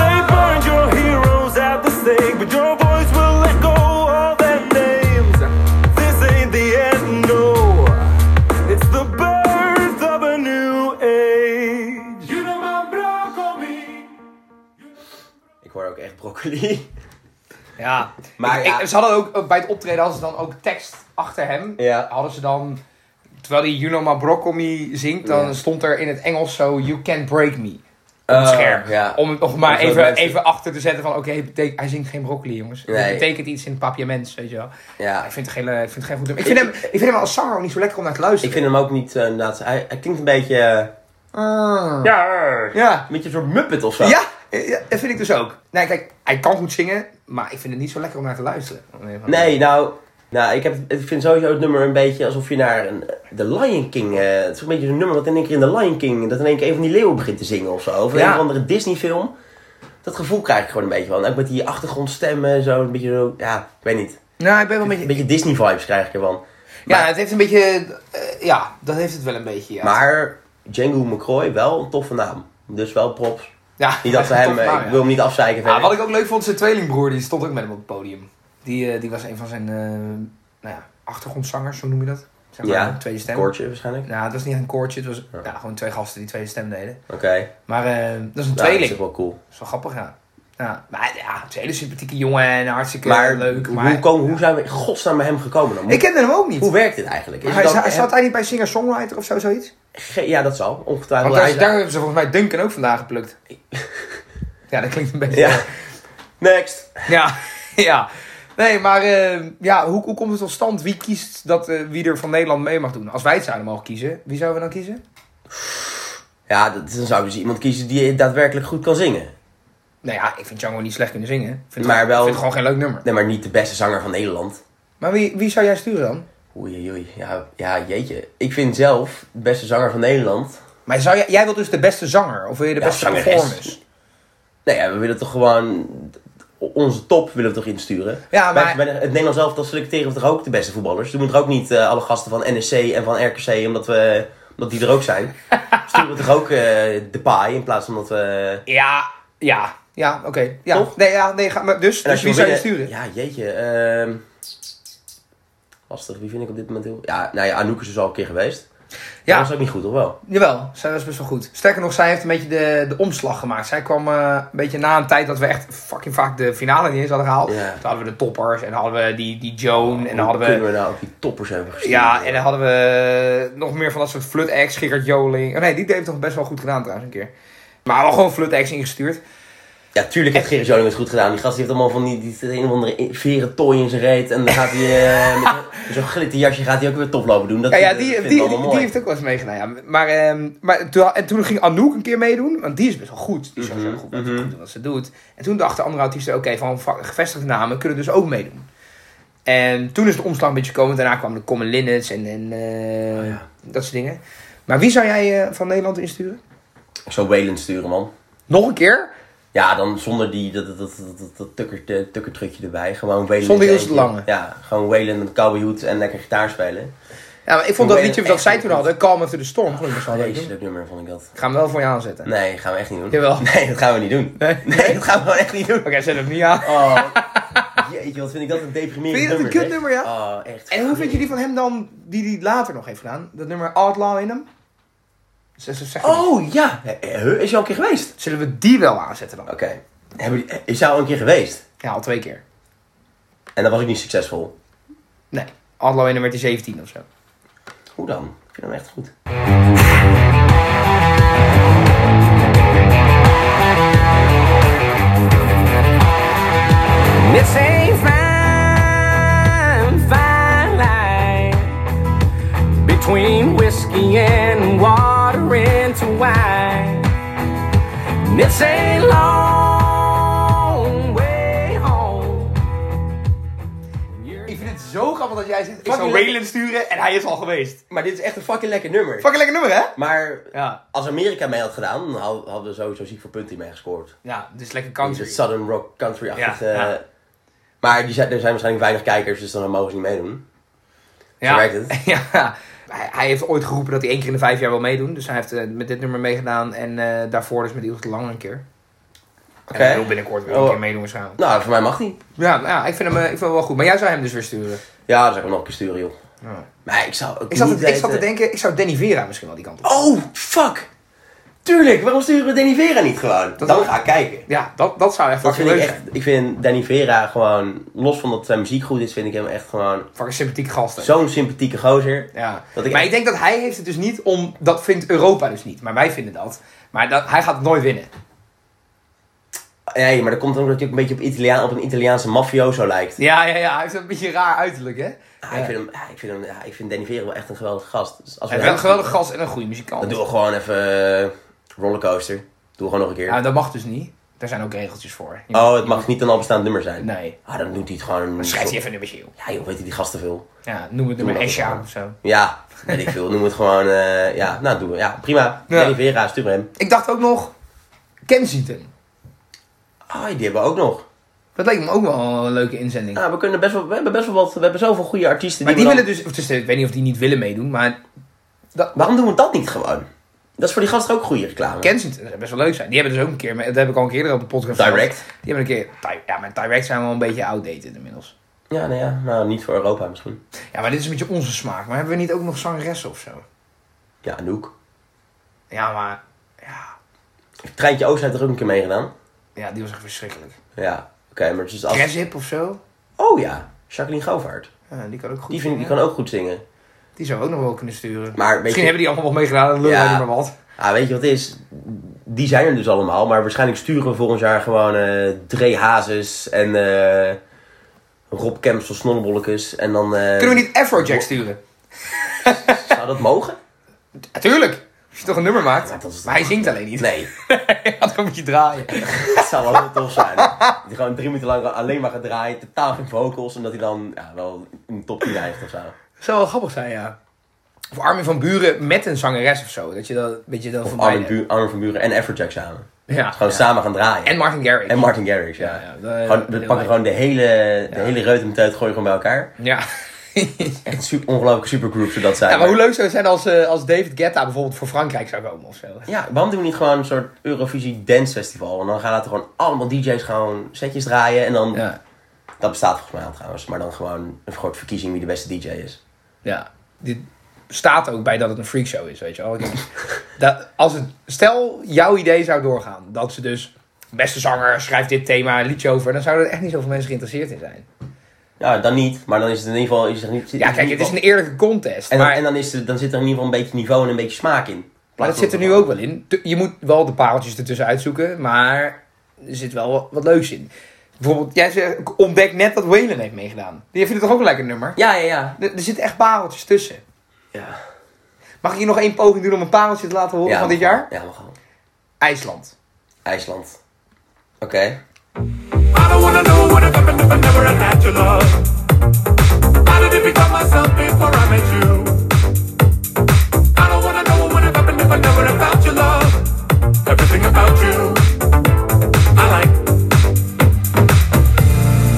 They burned your heroes at the stake, but your voice will let go all their names. This ain't the end, no. It's the birth of a new age. You know my broccoli. Ik hoor ook echt broccoli. ja. Maar Maar ja. ze hadden ook eh, bij het optreden hadden ze dan ook tekst achter hem. Ja. Hadden ze dan, terwijl die Juno Mabrokomi zingt, dan Ja. stond er in het Engels zo: You can't break me. Op het scherm. Eh, Oh, Ja. Om het nog maar Zodat even, mensen- even achter te zetten van oké, het betek- hij zingt geen broccoli jongens. Nee. Het betekent iets in het papiaments, weet je wel. Ja. Ik vind het geen, eh, ik vind het geen goed nummer. Ik vind, hem, ik vind hem als zanger ook niet zo lekker om naar te Ik luisteren. vind hem ook niet... eh, inderdaad, hij, hij klinkt een beetje... eh, Ah. Ja. Ja. Een beetje een soort muppet of zo. Ja, eh, ja, dat vind ik dus ook. Nee, kijk, hij kan goed zingen, maar ik vind het niet zo lekker om naar te luisteren. Nee, nou... Nou, ik, heb, ik vind sowieso het nummer een beetje alsof je naar een, The Lion King... eh, het is een beetje zo'n nummer wat in één keer in The Lion King... Dat in één keer een van die leeuwen begint te zingen of zo. Of Ja. een of andere Disney film. Dat gevoel krijg ik gewoon een beetje van. Ook met die achtergrondstemmen zo. Een beetje zo... Ja, ik weet niet. Nou, ik ben wel een Een beetje... beetje Disney vibes krijg ik ervan. Ja, het heeft een beetje... eh, ja, dat heeft het wel een beetje, ja. Maar Django McCroy, wel een toffe naam. Dus wel props. ja, Niet dat we hem... eh, Tof, maar, ik ja. wil hem niet afzeiken Ah, verder. wat ik ook leuk vond, zijn tweelingbroer, die stond ook met hem op het podium. Die, eh, die was een van zijn eh, nou ja, achtergrondzangers, zo noem je dat? Zeg maar, ja, een tweede stem. koortje waarschijnlijk. Nou, het was niet een koortje, het was ja, gewoon twee gasten die tweede stem deden. Oké. Maar eh, dat is een Nou, dat tweeling. is toch wel cool. Dat is wel grappig, ja. ja. Maar ja, het is een hele sympathieke jongen en hartstikke Maar, leuk. hoe, Maar komen, hoe zijn we in godsnaam bij hem gekomen dan? ik kende hem ook niet. Hoe werkt dit eigenlijk? Is hij, het dan- za- zat hij niet bij singer-songwriter of zo, zoiets? Ge- Ja, dat zal, ongetwijfeld. Want daar, Oh, Hij is- is- daar hebben ze volgens mij Duncan ook vandaan geplukt. ja, dat klinkt een beetje... Ja. Next. Ja, ja. Nee, maar eh, ja, hoe, hoe komt het tot stand? Wie kiest dat, eh, wie er van Nederland mee mag doen? Als wij het zouden mogen kiezen, wie zouden we dan kiezen? Ja, dat, dan zou je dus iemand kiezen die daadwerkelijk goed kan zingen. Nou ja, ik vind Django niet slecht kunnen zingen. Ik vind Maar het, wel- ik vind het gewoon geen leuk nummer. Nee, maar niet de beste zanger van Nederland. Maar wie, wie zou jij sturen dan? Oei, oei, oei. Ja, ja, jeetje. Ik vind zelf de beste zanger van Nederland... Maar zou jij, jij wilt dus de beste zanger? Of wil je de Ja, beste zangeres. performance? Nee, ja, we willen toch gewoon... Onze top willen we toch insturen? Ja, maar- Bij, bij het Nederlands zelf, dan selecteren we toch ook de beste voetballers? Doen we toch ook niet eh, alle gasten van NSC en van RKC... omdat we omdat die er ook zijn, sturen we toch ook eh, de paai in plaats van dat we... Ja, ja. Ja, oké. Ja. Toch? Nee, ja, nee, ga, maar dus, dus wie wil zou je winnen- sturen? Ja, jeetje. ehm, lastig, wie vind ik op dit moment heel... Ja, nou ja, Anouk is dus al een keer geweest. Ja. Dat was ook niet goed, toch wel? Jawel, zij was best wel goed. Sterker nog, zij heeft een beetje de, de omslag gemaakt. Zij kwam eh, een beetje na een tijd dat we echt fucking vaak de finale niet eens hadden gehaald. Ja. Toen hadden we de toppers en dan hadden we die, die Joan en dan Hoe hadden we... kunnen we nou ook die toppers hebben gestuurd? Ja, en dan hadden we nog meer van dat soort flut-acts, Gerard Joling. Oh nee, die heeft toch best wel goed gedaan trouwens een keer. Maar wel gewoon flut-acts ingestuurd. Ja, tuurlijk heeft Gerrit Joling het goed gedaan. Die gast heeft allemaal van die, die een of andere veren tooi in zijn reet. En dan gaat hij eh, met zo'n- met zo'n glitterjasje gaat hij ook weer toplopen doen. Dat Ja, ja vind ik die, die, allemaal die, mooi. heeft ook wel eens meegedaan. Ja. Maar, ehm, maar toen, en toen ging Anouk een keer meedoen, want die is best wel goed. Die is Mhm, sowieso goed, wat, goed in wat ze doet. En toen dachten andere artiesten, oké, van va- gevestigde namen kunnen dus ook meedoen. En toen is de omslag een beetje gekomen. Daarna kwamen de Common Linnets en, en eh, Oh, dat soort dingen. Maar wie zou jij eh, van Nederland insturen? Ik zou Welen sturen, man. Nog een keer? Ja, dan zonder die, dat, dat, dat, dat, dat, dat tukker, eh, tukkertrucje erbij. Gewoon Welen. Zonder in Ilse zijn de eentje. Lange. Ja, gewoon Welen met een cowboy hoed en lekker gitaar spelen. Ja, maar ik vond Ik dat weet liedje het dat echt zij niet toen goed. hadden, Calm After the Storm, vond ik best wel leuk. Vreselijk nummer vond ik dat. Ik ga hem wel voor je aanzetten. Nee, gaan we echt niet doen. Jawel. Nee, dat gaan we niet doen. Nee? dat gaan we gewoon echt niet doen. Oké, zet hem niet aan. Oh, jeetje, wat vind ik dat een deprimerend Vind je dat een nummer, zeg. kutnummer, ja? Oh, echt. En hoe vind je die van hem dan, die die later nog heeft gedaan? Dat nummer Outlaw in hem? Z- z- zeg je dat? Oh, ja. Eh, eh, Is je al een keer geweest? Zullen we die wel aanzetten dan? Oké. Hebben jullie- eh, Is jou al een keer geweest? Ja, al twee keer. En dat was ik niet succesvol. Nee, Outlaw in hem werd hij 17 of zo. Hoe dan? Ik vind hem echt goed. It's a fine, fine line between whiskey and water into wine. And It's a long way home. Ik vind het zo grappig dat jij zegt, ik zou Waylon sturen en hij is al geweest. Maar dit is echt een fucking lekker nummer. Fucking lekker nummer, hè? Maar Ja. als Amerika mee had gedaan, dan had- hadden we sowieso ziek voor punten mee gescoord. Ja, dus lekker Dus het country. Southern Rock Country-achtig. Ja, ja. eh, Maar die zijn, er zijn waarschijnlijk weinig kijkers, dus dan mogen ze niet meedoen. Ja. werkt het. ja. Hij, hij heeft ooit geroepen dat hij één keer in de vijf jaar wil meedoen. Dus hij heeft eh, met dit nummer meegedaan en eh, daarvoor dus met Ilse de Lange een keer. Oké. En hij wil binnenkort weer een Oh. keer meedoen waarschijnlijk. Nou, voor mij mag die. Ja, nou ja ik, vind hem, eh, ik vind hem wel goed. Maar jij zou hem dus weer sturen. Ja, dan zou ik hem nog een keer sturen, joh. Maar ik zou ook Ik zat, niet te, ik zat te weten- denken, ik zou Danny Vera misschien wel die kant op. Oh, fuck! Tuurlijk, waarom sturen we Danny Vera niet gewoon? dan ook- ga ik kijken. Ja, dat, dat zou echt Dat fucking vind ik leuk echt. zijn. Ik vind Danny Vera gewoon, los van dat zijn muziek goed is, vind ik hem echt gewoon Fucking sympathiek gasten. zo'n sympathieke gozer. Ja. Dat ik maar echt- ik denk dat hij heeft het dus niet om... Dat vindt Europa dus niet, maar wij vinden dat. Maar dat, hij gaat het nooit winnen. Nee, maar dat komt ook omdat hij ook een beetje op, Italiaan, op een Italiaanse mafioso lijkt. Ja, ja, ja. Hij heeft een beetje raar uiterlijk, hè? Ja, ik, vind hem, ja, ik, vind hem, ja, ik vind Danny Vera wel echt een geweldige gast. Dus als Hij is we hem- wel een geweldige gast en een goede Dan muzikant. doen we gewoon even eh, rollercoaster. Doen we gewoon nog een keer. Ja, dat mag dus niet. Daar zijn ook regeltjes voor. Je oh, het mag niet een al bestaand nummer zijn. Nee. Ah, dan doet hij het gewoon. mag- Schrijf je even een nummertje, joh. Ja, joh, weet hij die gasten veel. Ja, noem het nummer dat Esha gewoon. of zo. Ja, weet ik veel. Noem het gewoon. eh, ja, nou doen we. Ja, prima. Ja. Danny Vera, stuur hem. Ik dacht ook nog... Kensington. Ah, die hebben we ook nog. Dat lijkt me ook wel een leuke inzending. Ja, we, kunnen best wel, we hebben best wel wat. We hebben zoveel goede artiesten. Maar die we willen dan- dus... of dus, Ik weet niet of die niet willen meedoen, maar... Waarom doen we dat niet gewoon? Dat is voor die gasten ook goede reclame. Kensington, dat zou best wel leuk zijn. Die hebben dus ook een keer, dat heb ik al een keer eerder op de podcast gehad. Direct. Die hebben een keer, Di- ja, maar Direct zijn wel een beetje outdated inmiddels. Ja, nou ja, nou niet voor Europa misschien. Ja, maar dit is een beetje onze smaak. Maar hebben we niet ook nog zangeressen of zo? Ja, Anouk. Ja, maar, ja, Treintje Oost heeft er ook een keer meegedaan. ja die was echt verschrikkelijk. Ja, oké, maar dus als... Resip of zo? Oh ja, Jacqueline Govaert. Ja, die kan ook goed Die, vind, die zingen. kan ook goed zingen. Die zou we ook nog wel kunnen sturen. Maar weet Misschien je- hebben die allemaal nog meegedaan en lullen Ja. wij niet meer wat. Ah, weet je wat het is? Die zijn er dus allemaal, maar waarschijnlijk sturen we volgend jaar gewoon eh Dre Hazes en eh, Rob Kemps van Snollebollekes. En dan... eh, Kunnen we niet Afrojack sturen? Zou dat mogen? Natuurlijk. Als je toch een nummer maakt. Ja, maar dat is- hij zingt alleen niet. Nee. Ja, dan moet je draaien. Het zou wel heel tof zijn. Dat hij gewoon drie minuten lang alleen maar gaat draaien, totaal geen vocals. En dat hij dan ja, wel een top 10 krijgt of zo. zou wel grappig zijn, ja. Of Armin van Buren met een zangeres of zo. Dat je dat, weet je, dat van Armin, beide. Bu Armin van Buren en Everjack samen. Ja, Gewoon eh, ja. samen gaan draaien. En Martin Garrix. En Martin Garrix, ja. Ja, ja, dat- gewoon, dat- we dat- pakken gewoon de hele, de hele reut en teut gooien gewoon bij elkaar. Ja. Echt super, ongelooflijke supergroups dat zijn. Ja, maar hoe leuk zou het zijn als, eh, als David Guetta bijvoorbeeld voor Frankrijk zou komen of zo? Ja, waarom doen we niet gewoon een soort Eurovisie Dance Festival? En dan gaan laten gewoon allemaal DJ's gewoon setjes draaien. En dan, Ja, dat bestaat volgens mij al trouwens. Maar dan gewoon een grote verkiezing wie de beste DJ is. ja. Dit staat ook bij dat het een freakshow is, weet je wel. Ik denk, dat, als het, stel, jouw idee zou doorgaan. Dat ze dus, beste zanger, schrijf dit thema, een liedje over. Dan zouden er echt niet zoveel mensen geïnteresseerd in zijn. Ja, dan niet. Maar dan is het in ieder geval... Is er niet, Ja, kijk, het is een eerlijke contest. En, dan, maar, en dan, is er, dan zit er in ieder geval een beetje niveau en een beetje smaak in. maar dat zit er nu ook wel in. Tu- Je moet wel de paaltjes ertussen uitzoeken, maar er zit wel wat leuks in. Bijvoorbeeld, jij zegt, ik ontdek net dat Waylon heeft meegedaan. Die vindt het toch ook een lekker nummer? Ja, ja, ja. Er, er zitten echt pareltjes tussen. Ja, Mag ik hier nog één poging doen om een pareltje te laten horen ja van dit jaar? Ja, we gaan. IJsland. IJsland. Oké. I don't wanna know what have happened if I never had your love. How did it become myself before I met you? I don't wanna know what have happened if I never had found your love. Everything about you, I like.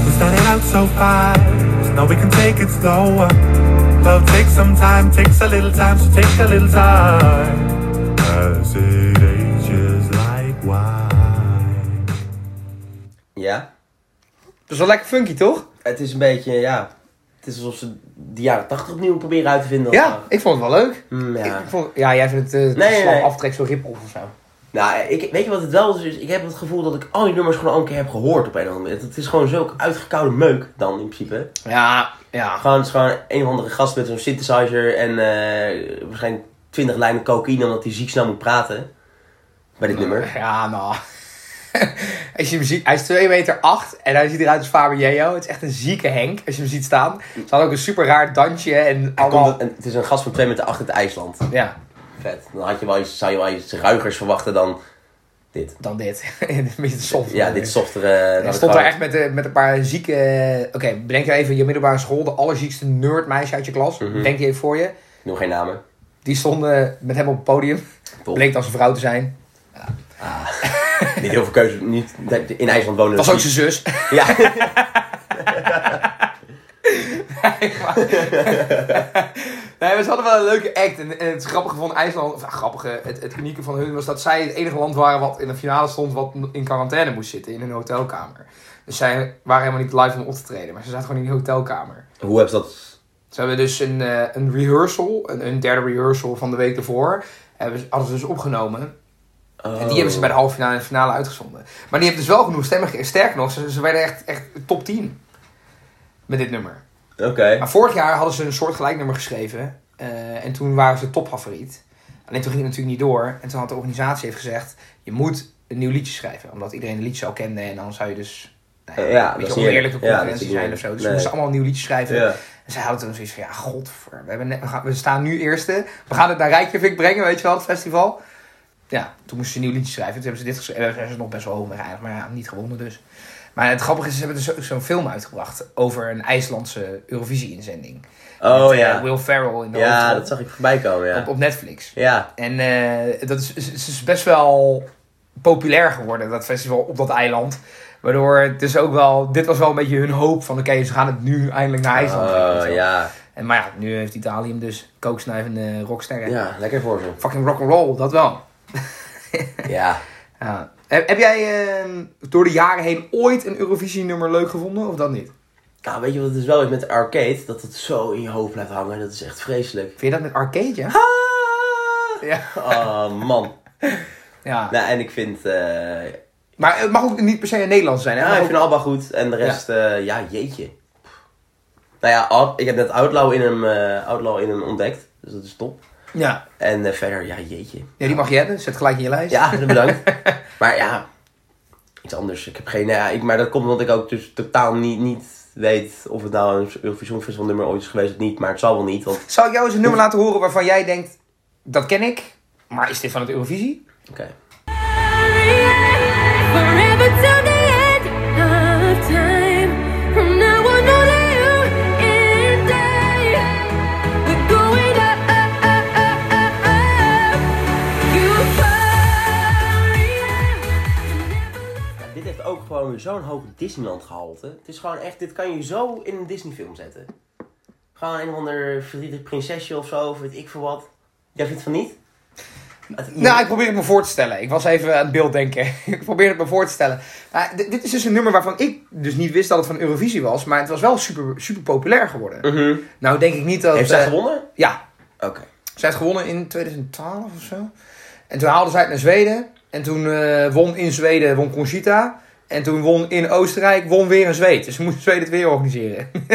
We started out so fast, now we can take it slower. Love takes some time, takes a little time, so take a little time. As it ages like wine. Ja. Dat is wel lekker funky, toch? Het is een beetje, ja... Het is alsof ze de jaren tachtig opnieuw proberen uit te vinden. of Ja, zo. ik vond het wel leuk. Mm, ja. Ik vond- ja, jij vindt het eh, Nee, nee, slag nee. aftreksel Ripoff of zo. Nou, ik, weet je wat het wel is? Dus Ik heb het gevoel dat ik al die nummers gewoon al een keer heb gehoord op een of andere manier. Het is gewoon zulk uitgekoude meuk dan in principe. Ja, ja. Gewoon, het is gewoon een of andere gast met zo'n synthesizer en eh, waarschijnlijk twintig lijnen cocaïne omdat hij ziek snel moet praten. Bij dit nummer. Ja, nou. Als je hem ziet, hij is 2 meter 8 en hij ziet eruit als Faber Jeo. Het is echt een zieke Henk als je hem ziet staan. Ze had ook een super raar dansje en Hij komt, allemaal... uit- en het is een gast van 2 meter 8 uit IJsland. Ja, Vet. Dan had je wel iets, zou je wel iets ruigers verwachten dan dit. dan dit. Een beetje soft. Ja, dit softere... Hij dan stond het daar gewoon- echt met, eh, met een paar zieke... eh, Oké, bedenk je even je middelbare school, de allerziekste nerdmeisje uit je klas. Mhm. Denk die even voor je. Ik noem geen namen. Die stonden met hem op het podium. Top. Bleek als een vrouw te zijn. Niet heel veel keuze. Niet, in IJsland wonen dus Was ook zijn zus. Ja. Nee, maar ze hadden wel een leuke act. En, en het grappige van IJsland, of ja, grappige, het, het unieke van hun was dat zij het enige land waren wat in de finale stond wat in quarantaine moest zitten in een hotelkamer. Dus zij waren helemaal niet live om op te treden, maar ze zaten gewoon in die hotelkamer. Hoe heb je dat Ze hebben dus een, eh, een rehearsal, een, een derde rehearsal van de week ervoor, hebben, ze- hadden ze dus opgenomen. En die hebben ze bij de halve finale en de finale uitgezonden. Maar die hebben dus wel genoeg stemmen gekregen. Sterker nog, ze, ze werden echt, echt top 10 met dit nummer. Oké. Eh, Maar vorig jaar hadden ze een soort gelijknummer geschreven. eh, en toen waren ze topfavoriet. Alleen toen ging het natuurlijk niet door. En toen had de organisatie heeft gezegd... je moet een nieuw liedje schrijven. Omdat iedereen het liedje al kende. En dan zou je dus... nou Eh, ja, dat een is beetje niet oneerlijke eerlijk. Ja, dat is concurrentie niet zijn of zo. Dus eerlijk. ze Nee. moesten allemaal een nieuw liedje schrijven. Ja. En zij hadden toen zoiets van... ja, godver, we, hebben net, we, gaan- we staan nu eerste. We gaan het naar Rijkjevik brengen, weet je wel, het festival. Ja, toen moesten ze een nieuw liedje schrijven. Toen hebben ze dit geschreven. En daar zijn ze nog best wel hoog mee geëindigd. Maar ja, niet gewonnen dus. Maar het grappige is, ze hebben dus ook zo'n film uitgebracht over een IJslandse Eurovisie-inzending. Oh Met, ja. eh, Will Ferrell in de ja, hoofdrol dat zag ik voorbij komen, ja. op, op Netflix. Ja. En eh, dat is, is, is best wel populair geworden, dat festival op dat eiland. Waardoor het dus ook wel, dit was wel een beetje hun hoop van oké, ze gaan het nu eindelijk naar IJsland. brengen, weet Oh, je wel. ja. en, maar ja, nu heeft Italië hem dus kooksnuivende rocksterren. Ja, lekker voor ze. Fucking rock'n'roll, dat wel. Ja. Ja. Heb, heb jij eh, door de jaren heen ooit een Eurovisie nummer leuk gevonden of dat niet? Nou, weet je wat het is wel is met de arcade? Dat het zo in je hoofd blijft hangen. Dat is echt vreselijk. Vind je dat met arcade, ja? Ja. Oh, man. ja. Nou, en ik vind... eh, Maar het mag ook niet per se een Nederlands zijn, hè? ja, Maar ik ook- vind Alba goed. En de rest, eh, ja, jeetje. Nou ja, Al- ik heb net Outlaw in hem, eh, Outlaw in hem ontdekt. Dus dat is top. ja. En eh, verder, ja, jeetje. ja, die mag je hebben. Zet gelijk in je lijst. Ja, bedankt. maar ja, iets anders. Ik heb geen... Nou ja, ik, maar dat komt omdat ik ook dus totaal niet, niet weet of het nou een Eurovision Festival nummer ooit is geweest of niet. Maar het zal wel niet, want... Zou ik jou eens een nummer laten horen waarvan jij denkt, dat ken ik, maar is dit van het Eurovisie? Oké. Forever till the end of time. From now on, only you and I. We're going up. You Ja, Dit heeft ook gewoon weer zo'n hoog Disneyland gehalte. Het is gewoon echt, dit kan je zo in een Disney film zetten. Gewoon een of ander verdrietig prinsesje of zo, of weet ik veel wat. Jij vindt van niet? Nou, ik probeer het me voor te stellen. Ik was even aan het beeld denken. ik probeer het me voor te stellen. Maar dit dit is dus een nummer waarvan ik dus niet wist dat het van Eurovisie was. Maar het was wel super, super populair geworden. Mhm. Nou, denk ik niet dat... Heeft zij eh, gewonnen? Ja. Oké. Zij heeft gewonnen in 2012 of zo. En toen haalden zij het naar Zweden. En toen eh, won in Zweden won Conchita. En toen won in Oostenrijk, won weer een Zweed. Dus ze moesten Zweden het weer organiseren.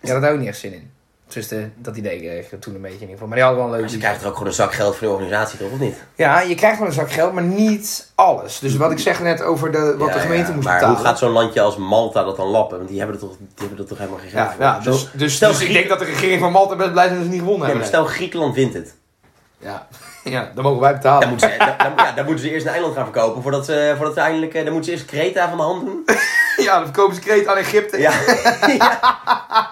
ja, dat had ook niet echt zin in. Dus eh, dat idee kreeg ik toen een beetje in ieder geval. Maar die hadden wel een leuk Dus je liedje. krijgt er ook gewoon een zak geld voor de organisatie, toch? Of niet? Ja, je krijgt wel een zak geld, maar niet alles. Dus wat ik zeg net over de, wat Ja, de gemeente ja, moest maar betalen. hoe gaat zo'n landje als Malta dat dan lappen? Want die hebben er toch, die hebben er toch helemaal geen geld ja, voor. ja, dus, dus, stel, dus ik Griek- denk dat de regering van Malta best blij zijn dat ze niet gewonnen Nee, maar hebben. stel Griekenland wint het. Ja. ja, dan mogen wij betalen. Dan moeten, ze, dan, dan- ja, dan moeten ze eerst een eiland gaan verkopen voordat ze, voordat ze eindelijk... eh, Dan moeten ze eerst Kreta van de hand doen. Ja, dan verkopen ze kreet aan Egypte. Ja. ja.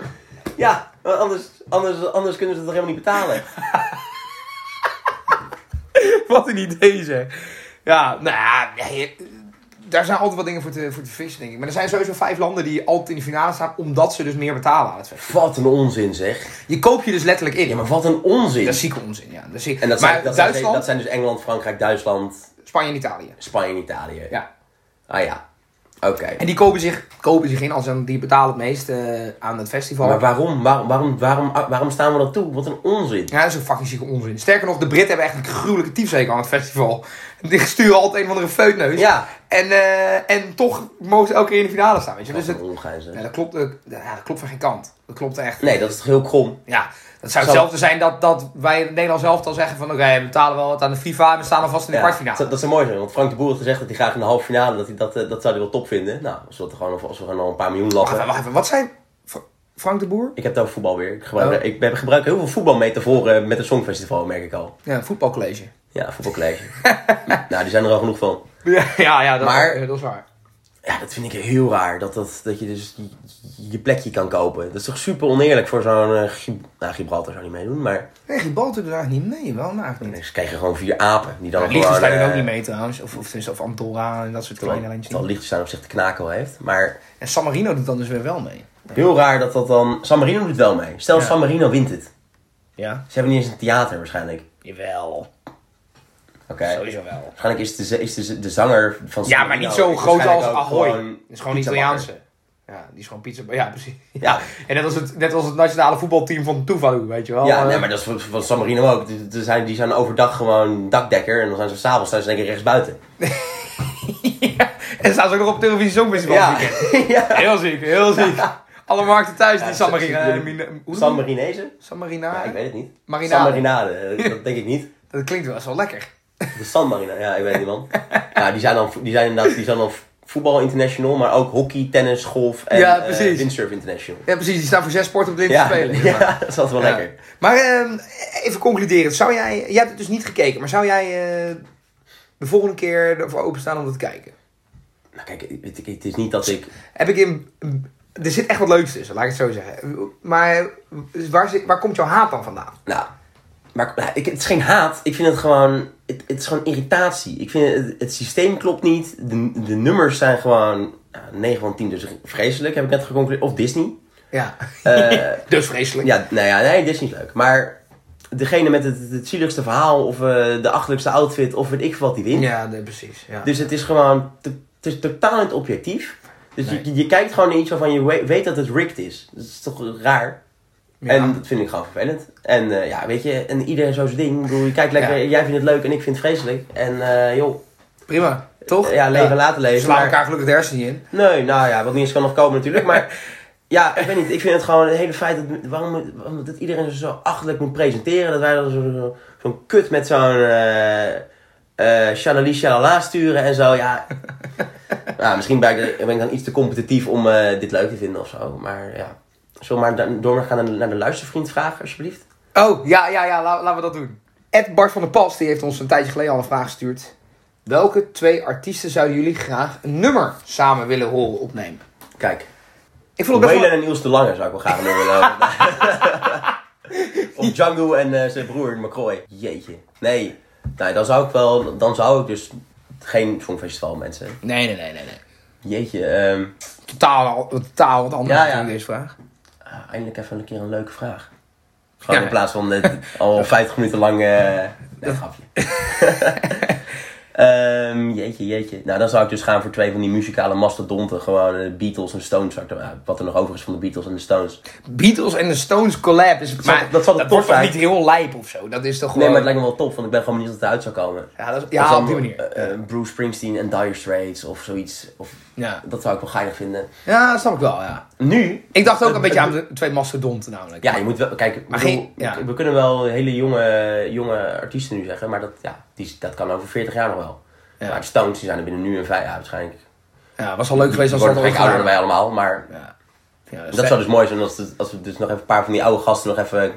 ja, want anders, anders, anders kunnen ze het toch helemaal niet betalen. Wat een idee zeg. Ja, nou ja, nee, daar zijn altijd wat dingen voor te, voor te vissen, denk ik. Maar er zijn sowieso vijf landen die altijd in de finale staan, omdat ze dus meer betalen aan het festival. Wat een onzin zeg. Je koopt je dus letterlijk in. Ja, maar wat een onzin. Dat is zieke onzin, ja. Dat is ziek. En dat, maar zijn, dat, zijn- Duitsland, dat zijn dus Engeland, Frankrijk, Duitsland, Spanje en Italië. Spanje en Italië. Ja. Ah ja, oké. En die kopen zich, kopen zich in, als dan die betalen het meest eh, aan het festival. Maar waarom, waarom, waarom, waarom, ah, waarom staan we dat toe? Wat een onzin. Ja, dat is een fucking zieke onzin. Sterker nog, de Britten hebben echt een gruwelijke tyfzeker aan het festival. Die sturen altijd een of andere feutneus. Ja. En, eh, en toch mogen ze elke keer in de finale staan, weet je. Dus Wat het, een ongein zeg. ja, dat, klopt, eh, ja, dat klopt van geen kant. Dat klopt echt. Nee, dat is toch heel krom. Ja, dat zou Zo. hetzelfde zijn dat, dat wij in Nederland zelf dan zeggen van... Oké, we betalen wel wat aan de FIFA en we staan alvast in de Ja, kwartfinale. Dat, dat zou mooi zijn, want Frank de Boer heeft gezegd dat hij graag in de halve finale, dat, hij dat, eh, dat zou hij wel top vinden. Nou, als we, dat gewoon, als we gewoon al een paar miljoen Wacht lappen. even, wacht even. Wat zijn... Fra- Frank de Boer? Ik heb het over voetbal weer. Ik gebruik, Oh. ik ben- gebruik heel veel voetbalmetaforen met het Songfestival, merk ik al. Ja, een voetbalcollege. Ja, voetbalcollege. nou, die zijn er al genoeg van. Ja, ja, ja, dat, Maar- eh, dat is waar. Ja, dat vind ik heel raar. Dat, dat, dat je dus je, je plekje kan kopen. Dat is toch super oneerlijk voor zo'n... eh, Gib- nou, Gibraltar zou niet meedoen, maar... Nee, die bal doet er eigenlijk niet mee. Wel, nou eigenlijk niet. Dan krijg je gewoon vier apen. Die dan gewoon... Liechtenstein doet eh, ook niet mee trouwens. Of, of, tenminste, of Andorra en dat soort kleine terwijl- lijntjes. Terwijl Liechtenstein op zich de knakel heeft. Maar En San Marino doet dan dus weer wel mee. heel raar dat dat dan... San Marino doet wel mee. Stel, San Marino wint het. Ja? Ze hebben niet eens een theater waarschijnlijk. Jawel. Oké. Sowieso wel. Waarschijnlijk is de, z- is de, z- de zanger van San Ja, maar Marino niet zo is groot als nou, waarschijnlijk ook Ahoy. gewoon Dat is gewoon pizzabakker. Italiaanse. Ja, die is gewoon pizza. Ja, precies. Ja. En net als het, net als het nationale voetbalteam van Tuvalu, weet je wel. Ja, Eh, nee, maar dat is van- van San Marino ook. Die, die zijn, die zijn overdag gewoon dakdekker en dan zijn ze s'avonds zijn ze denk ik rechts buiten. En staan ze ook nog op televisie Songfestival. Ja. ja. Heel ziek, heel ziek. Alle markten thuis, die San Marina. eh, Mina- hoe San noem je- Marinese? San Marina? Ja, ik weet het niet. Marinade. San Marinade, eh, dat denk ik niet. Dat klinkt wel eens wel lekker. De San Marinade, ja, ik weet het niet man. Ja, die zijn dan, vo- die zijn inderdaad, die zijn dan voetbal international, maar ook hockey, tennis, golf en Ja, eh, precies. windsurf international. Ja, precies. Die staan voor zes sporten op dit Ja, spelen. ja, dat is altijd wel Ja. lekker. Maar ehm, even concluderen. Zou jij, jij hebt het dus niet gekeken, maar zou jij eh, de volgende keer ervoor openstaan om dat te kijken? Nou kijk, het, het is niet dat ik... Heb ik in. Er zit echt wat leuks tussen, laat ik het zo zeggen. Maar waar, zit, waar komt jouw haat dan vandaan? Nou, maar nou, ik, het is geen haat. Ik vind het gewoon... Het, het is gewoon irritatie. Ik vind het, het systeem klopt niet. De, de nummers zijn gewoon... Nou, 9 van 10 dus vreselijk, heb ik net geconcludeerd. Of Disney. Ja. Eh, dus vreselijk. ja, nou ja, nee, Disney is leuk. Maar degene met het, het zieligste verhaal... Of eh, de achterlijkste outfit... Of weet ik veel wat die wint. Ja, nee, precies. Ja. Dus het is gewoon... te- het is totaal niet objectief. Dus je, je kijkt gewoon naar iets waarvan je we- weet dat het rigged is. Dat is toch raar? Ja. En dat vind ik gewoon vervelend. En eh, ja, weet je, en iedereen zo zijn ding. Ik bedoel, je kijkt lekker, Ja. jij vindt het leuk en ik vind het vreselijk. En eh, joh, Prima, toch? ja, leven laten We leven. slaan maar- elkaar gelukkig de hersenen niet in. Nee, nou ja, wat niet eens kan nog komen natuurlijk. Maar ja, ik weet niet, ik vind het gewoon het hele feit dat, waarom, waarom dat iedereen zo achterlijk moet presenteren. Dat wij dan zo- zo- zo'n kut met zo'n eh eh shalali shalala sturen en zo. Ja, nou, misschien ben ik, ben ik dan iets te competitief om eh, dit leuk te vinden of zo. Maar ja, zullen we maar da- door gaan naar de, naar de luistervriend vragen alsjeblieft? Oh, ja, ja, ja, la- laten we dat doen. Ed Bart van der Plas die heeft ons een tijdje geleden al een vraag gestuurd. Welke twee artiesten zouden jullie graag een nummer samen willen horen opnemen? Kijk, Ik vond het best Waylon wel... en Niels de Lange zou ik wel graag willen lopen. of Django en eh, zijn broer McCroy. Jeetje. Nee. Nee, dan zou ik wel... Dan zou ik dus geen Songfestival mensen. Nee, nee, nee, nee. nee. Jeetje. ehm, Totaal, al- totaal wat anders Ja, ja. natuurlijk deze vraag. ah, ja, eindelijk even een keer een leuke vraag. Gewoon Ja. in plaats van net al 50 minuten lang... eh nee, grapje. Ehm, jeetje, jeetje. Nou, dan zou ik dus gaan voor twee van die muzikale mastodonten. Gewoon eh, Beatles en Stones. zou ik er- ja, Wat er nog over is van de Beatles en de Stones. Beatles en de Stones collab is... maar dat zal wordt de top toch zijn. niet heel lijp of zo? Dat is toch Nee, gewoon... maar het lijkt me wel tof, want ik ben gewoon benieuwd wat eruit zou komen. Ja, dat is- Of ja dan, op die manier. eh, eh, Bruce Springsteen en Dire Straits of zoiets. Of, Ja. Dat zou ik wel geinig vinden. Ja, dat snap ik wel, ja. Nu? Ik dacht ook een beetje aan de twee mastodonten namelijk. Ja, je moet wel... Kijk, ik Maar bedoel, geen- ja. we kunnen wel hele jonge, jonge artiesten nu zeggen, maar dat, ja, die, dat kan over 40 jaar nog wel. Ja. Maar de Stones die zijn er binnen nu en vijf jaar waarschijnlijk. Ja, was al leuk geweest Ze als dat worden al gek ouder dan wij gedaan. allemaal, maar Ja. Ja, dus dat zou dus mooi zijn als, het- als we dus nog even een paar van die oude gasten nog even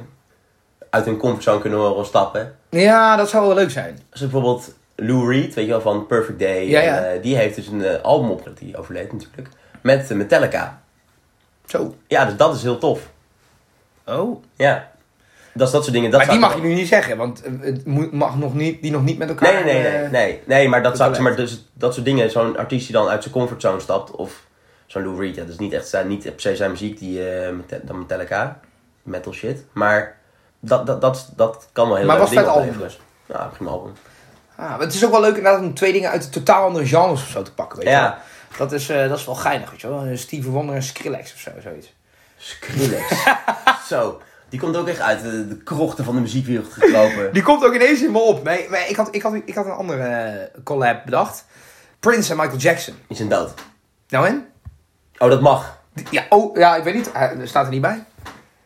uit hun comfortzone kunnen horen stappen. ja, dat zou wel leuk zijn. Dus bijvoorbeeld Lou Reed, weet je wel, van Perfect Day. Ja, ja. En, eh, die heeft dus een eh, album opgezet, die overleed natuurlijk. Met eh, Metallica. Zo. Ja, dus dat is heel tof. Oh. Ja. Dat is dat soort dingen. Dat Maar die zou mag ik- je nu niet zeggen, want eh, het moet- mag nog niet, die nog niet met elkaar... Nee, nee, nee, nee, eh, nee, nee, maar dat, zou, ik- talent. maar dus, dat soort dingen, zo'n artiest die dan uit zijn comfortzone stapt, of zo'n Lou Reed, ja, dat is niet echt zijn, niet per se zijn muziek, die eh, Mete- dan Metallica, metal shit, maar dat, dat, dat, dat kan wel heel Maar leuke was vet dingen album opleveren. Ja, prima album. Ah, maar het is ook wel leuk inderdaad om twee dingen uit totaal andere genres of zo te pakken, weet je Ja. wel. Dat is, eh, dat is wel geinig, weet je wel. Steve Wonder en Skrillex of zo, zoiets. Skrillex. Zo, die komt ook echt uit de, de krochten van de muziekwereld gekropen. Die komt ook ineens in me op. Nee, maar ik had, ik had, ik had een andere eh, collab bedacht. Prince en Michael Jackson. Die zijn dood. Nou en? Oh, dat mag. Die- Ja, oh, ja ik weet niet. Hij hij staat er niet bij.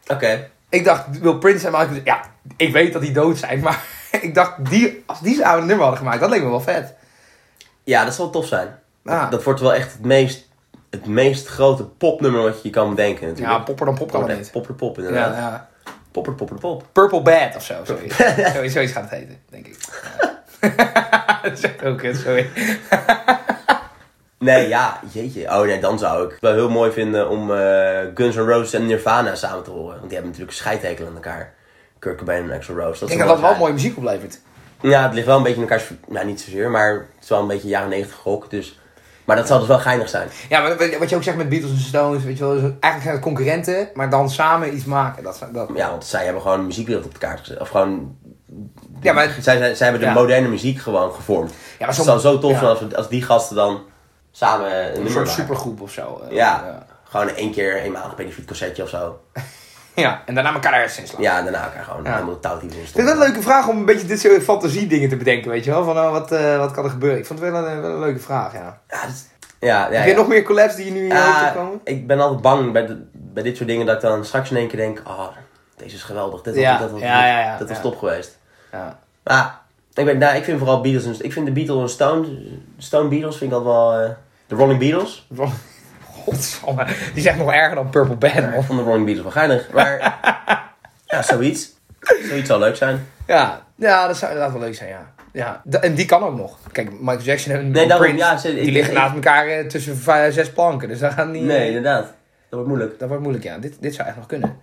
Oké. Ik dacht, wil Prince en Michael... Ja, ik weet dat die dood zijn, maar... Ik dacht, die, als die zo'n oude nummer hadden gemaakt, dat leek me wel vet. Ja, dat zal tof zijn. Ah. Dat wordt wel echt het meest, het meest grote popnummer wat je je kan bedenken natuurlijk. Ja, popper dan pop kan het Popper, niet. popper, pop, Ja, inderdaad. ja. Popper, popper, pop. Purple Bad of zo. Zoiets, zoiets, zoiets gaat het heten, denk ik. Ja. dat is echt ook kut, sorry. Nee, ja, jeetje. Oh nee, dan zou ik het wel heel mooi vinden om eh, Guns N' Roses en Nirvana samen te horen. Want die hebben natuurlijk scheidhekel aan elkaar. Kurt Cobain en Axl Rose. Ik denk dat dat wel mooie muziek oplevert. Ja, het ligt wel een beetje in elkaars... Nou, niet zozeer, maar het is wel een beetje jaren negentig gok. Dus... Maar dat zal dus wel geinig zijn. Ja, maar wat- wat je ook zegt met Beatles en Stones, weet je wel, is het- eigenlijk zijn het concurrenten, maar dan samen iets maken. Dat, dat, Ja, want zij hebben gewoon de muziekwereld op de kaart gezet. Of gewoon... ja, maar Zij, zij, zij hebben de Ja. moderne muziek gewoon gevormd. maar het zo'n- zou zo tof ja. zijn als, we- als die gasten dan samen een een nummer soort maken. supergroep of zo. eh, Ja. ja. Gewoon één keer eenmalig benefiet concertje of zo. Ja, en daarna elkaar ergens in slaan. Ja, en daarna elkaar gewoon helemaal touw die erin Ik vind stond. het wel een leuke vraag om een beetje dit soort fantasiedingen te bedenken, weet je wel. Van, oh, wat, eh, wat kan er gebeuren? Ik vond het wel een, wel een leuke vraag, ja. Ja, dat is- ja, ja, Heb je ja. Ah. nog meer collabs die je nu in je Ja, hoofd komen? ik ben altijd bang bij, de- bij dit soort dingen dat ik dan straks in één keer denk... Oh, deze is geweldig. Dit was, Ja, dat was, ja, ja, ja, dat was ja. top geweest. Ja. Maar ik, ben, nou, ik vind vooral Beatles... en- Ik vind de Beatles en Stone... Stone Beatles vind ik altijd wel... eh, de Rolling Beatles. Godsamme, die is echt nog erger dan Purple Band, Ik man. vond de Rolling Beatles wel geinig. Maar ja, zoiets. Zoiets zou leuk zijn. Ja. ja, dat zou inderdaad wel leuk zijn, ja. ja. da- en die kan ook nog. Kijk, Michael Jackson en Nee, daarom, Prince, ja, ze- die ik- liggen ik- naast elkaar eh, tussen vij- zes planken. Dus daar gaan die... Nee, inderdaad. Dat wordt moeilijk. Dat wordt moeilijk, ja. Dit, dit zou echt nog kunnen.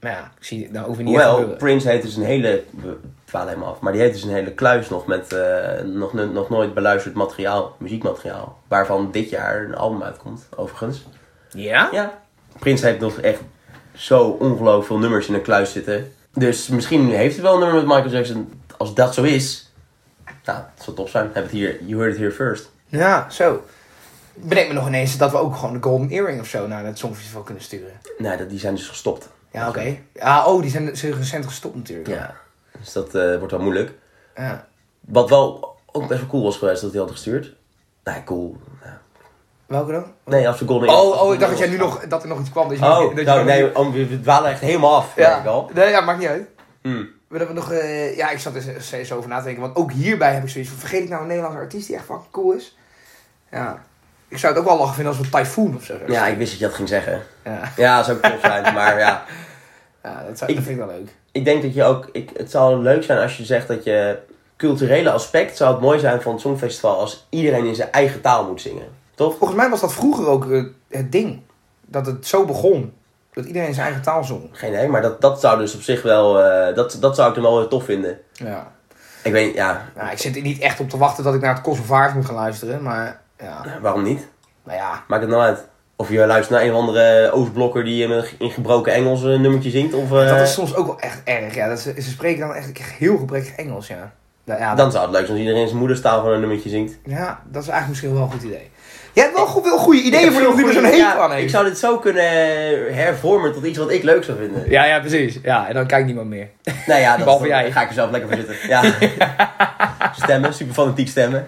Maar ja, ik zie, dat hoeven niet echt Hoewel, gebeuren. Prince heeft dus een hele... We dwalen helemaal af. Maar die heeft dus een hele kluis nog met eh, nog, ne- nog nooit beluisterd materiaal. Muziekmateriaal. Waarvan dit jaar een album uitkomt, overigens. Ja? Ja. Prins heeft nog echt zo ongelooflijk veel nummers in een kluis zitten. Dus misschien heeft hij wel een nummer met Michael Jackson. Als dat zo is, nou, het zou top zijn. Heb het hier, you heard it here first. Ja, zo. Bedenk me nog ineens dat we ook gewoon de Golden Earring of zo naar het Songfestival kunnen sturen. Nee, dat, die zijn dus gestopt. Ja, oké. Ja, oh, die zijn, zijn recent gestopt natuurlijk. Ja. Dus dat eh, wordt wel moeilijk. Ja. Wat wel ook best wel cool was geweest dat hij had gestuurd. Nee, cool. Ja. Welke dan? Nee, als de Golden Oh, oh, ik dacht dat, jij nu nog, dat er nog iets kwam. Dat je Oh, dat je nou, nog nee, niet- oh, we we dwalen echt helemaal af. merk ik Ja. al. Nee, ja, maakt niet uit. Hmm. We hebben nog, eh, ja, ik zat er steeds over na te denken. Want ook hierbij heb ik zoiets van, vergeet ik nou een Nederlandse artiest die echt fucking cool is? Ja. Ik zou het ook wel lachen vinden als we Typhoon of zo. Ja, ik wist dat je dat ging zeggen. Ja. Ja, dat zou ook tof zijn, maar ja. Ja, dat, zou, Ik- dat vind ik wel leuk. ik denk dat je ook. Ik, het zou leuk zijn als je zegt dat je. Culturele aspect zou het mooi zijn van het Songfestival als iedereen in zijn eigen taal moet zingen. Toch? Volgens mij was dat vroeger ook eh, het ding. Dat het zo begon. Dat iedereen zijn eigen taal zong. Geen idee, maar dat, dat zou dus op zich wel. eh, dat, dat zou ik dan wel heel tof vinden. Ja. Ik weet, ja, Nou, ik zit er niet echt op te wachten dat ik naar het Kosovaars moet gaan luisteren. Maar ja, waarom niet? nou ja. Maakt het nou uit. Of je luistert naar een of andere Oostblokker die in, in gebroken Engels een nummertje zingt. Of, eh, Dat is soms ook wel echt erg. Ja. Dat ze, ze spreken dan echt echt heel gebrekkig Engels, ja. Nou, ja, Dan Ah, zou het leuk zijn als iedereen zijn moederstaal van een nummertje zingt. ja, dat is eigenlijk misschien wel een goed idee. Jij hebt wel go- veel goede ideeën voor iemand die er zo'n hekel aan ja, heeft. Ik zou dit zo kunnen hervormen tot iets wat ik leuk zou vinden. Ja, ja, precies. Ja, en dan kijkt niemand meer. Nou ja, dat Behalve dan jij. ga ik er zelf lekker voor zitten. Ja. stemmen, super fanatiek stemmen.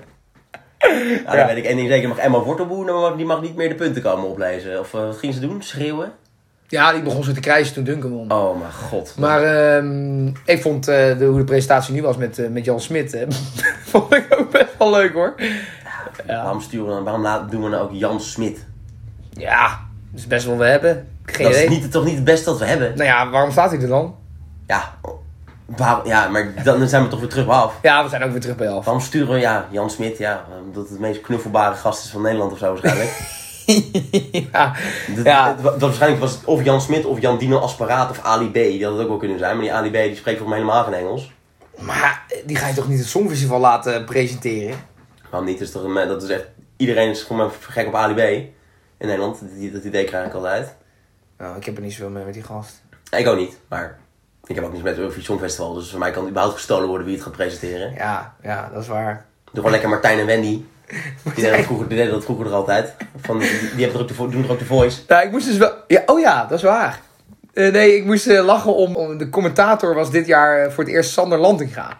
Ja, dan Ja. weet ik één ding zeker. Mag Emma Wortelboer, dan mag- die mag niet meer de punten komen oplezen. Of eh, wat ging ze doen? Schreeuwen? Ja, die begon ze te krijsen toen Duncan won. Oh mijn god. Maar ehm, ik vond eh, de, hoe de presentatie nu was met, eh, met Jan Smit, eh, vond ik ook best wel leuk hoor. Waarom sturen we dan, waarom laten, doen we dan ook Jan Smit? Ja, dat is best wel wat we hebben. Geen Dat is idee. niet, toch niet het beste dat we hebben? Nou ja, waarom staat hij er dan? Ja, waarom- ja maar dan zijn we toch weer terug bij af. Ja, we zijn ook weer terug bij elf. Waarom sturen we, ja, Jan Smit, ja, omdat het het meest knuffelbare gast is van Nederland of zo waarschijnlijk. ja, Dat, ja, dat- dat waarschijnlijk was het of Jan Smit of Jan Dino Asparaat of Ali B. Die had het ook wel kunnen zijn, maar die Ali B die spreekt volgens mij helemaal geen Engels. maar eh, die ga je toch niet het Songfestival laten presenteren? Waarom niet? Dat is, toch een- dat is echt, iedereen is gewoon maar gek op Ali B. In Nederland, Die- dat idee krijg ik altijd. Nou, ik heb er niet zoveel mee met die gast. Ik ook niet, maar ik heb ook niets met het Eurovisie Songfestival. Dus voor mij kan het überhaupt gestolen worden wie het gaat presenteren. Ja, ja, dat is waar. Doe gewoon lekker Martijn en Wendy. Die deden dat vroeger, die deden dat vroeger er altijd. Van, die, die hebben er ook de, vo- doen er ook de voice. Nou, ik moest dus wel... Ja, oh ja, dat is waar. Eh, nee, ik moest eh, lachen om, om... De commentator was dit jaar eh, voor het eerst Sander Lantinga.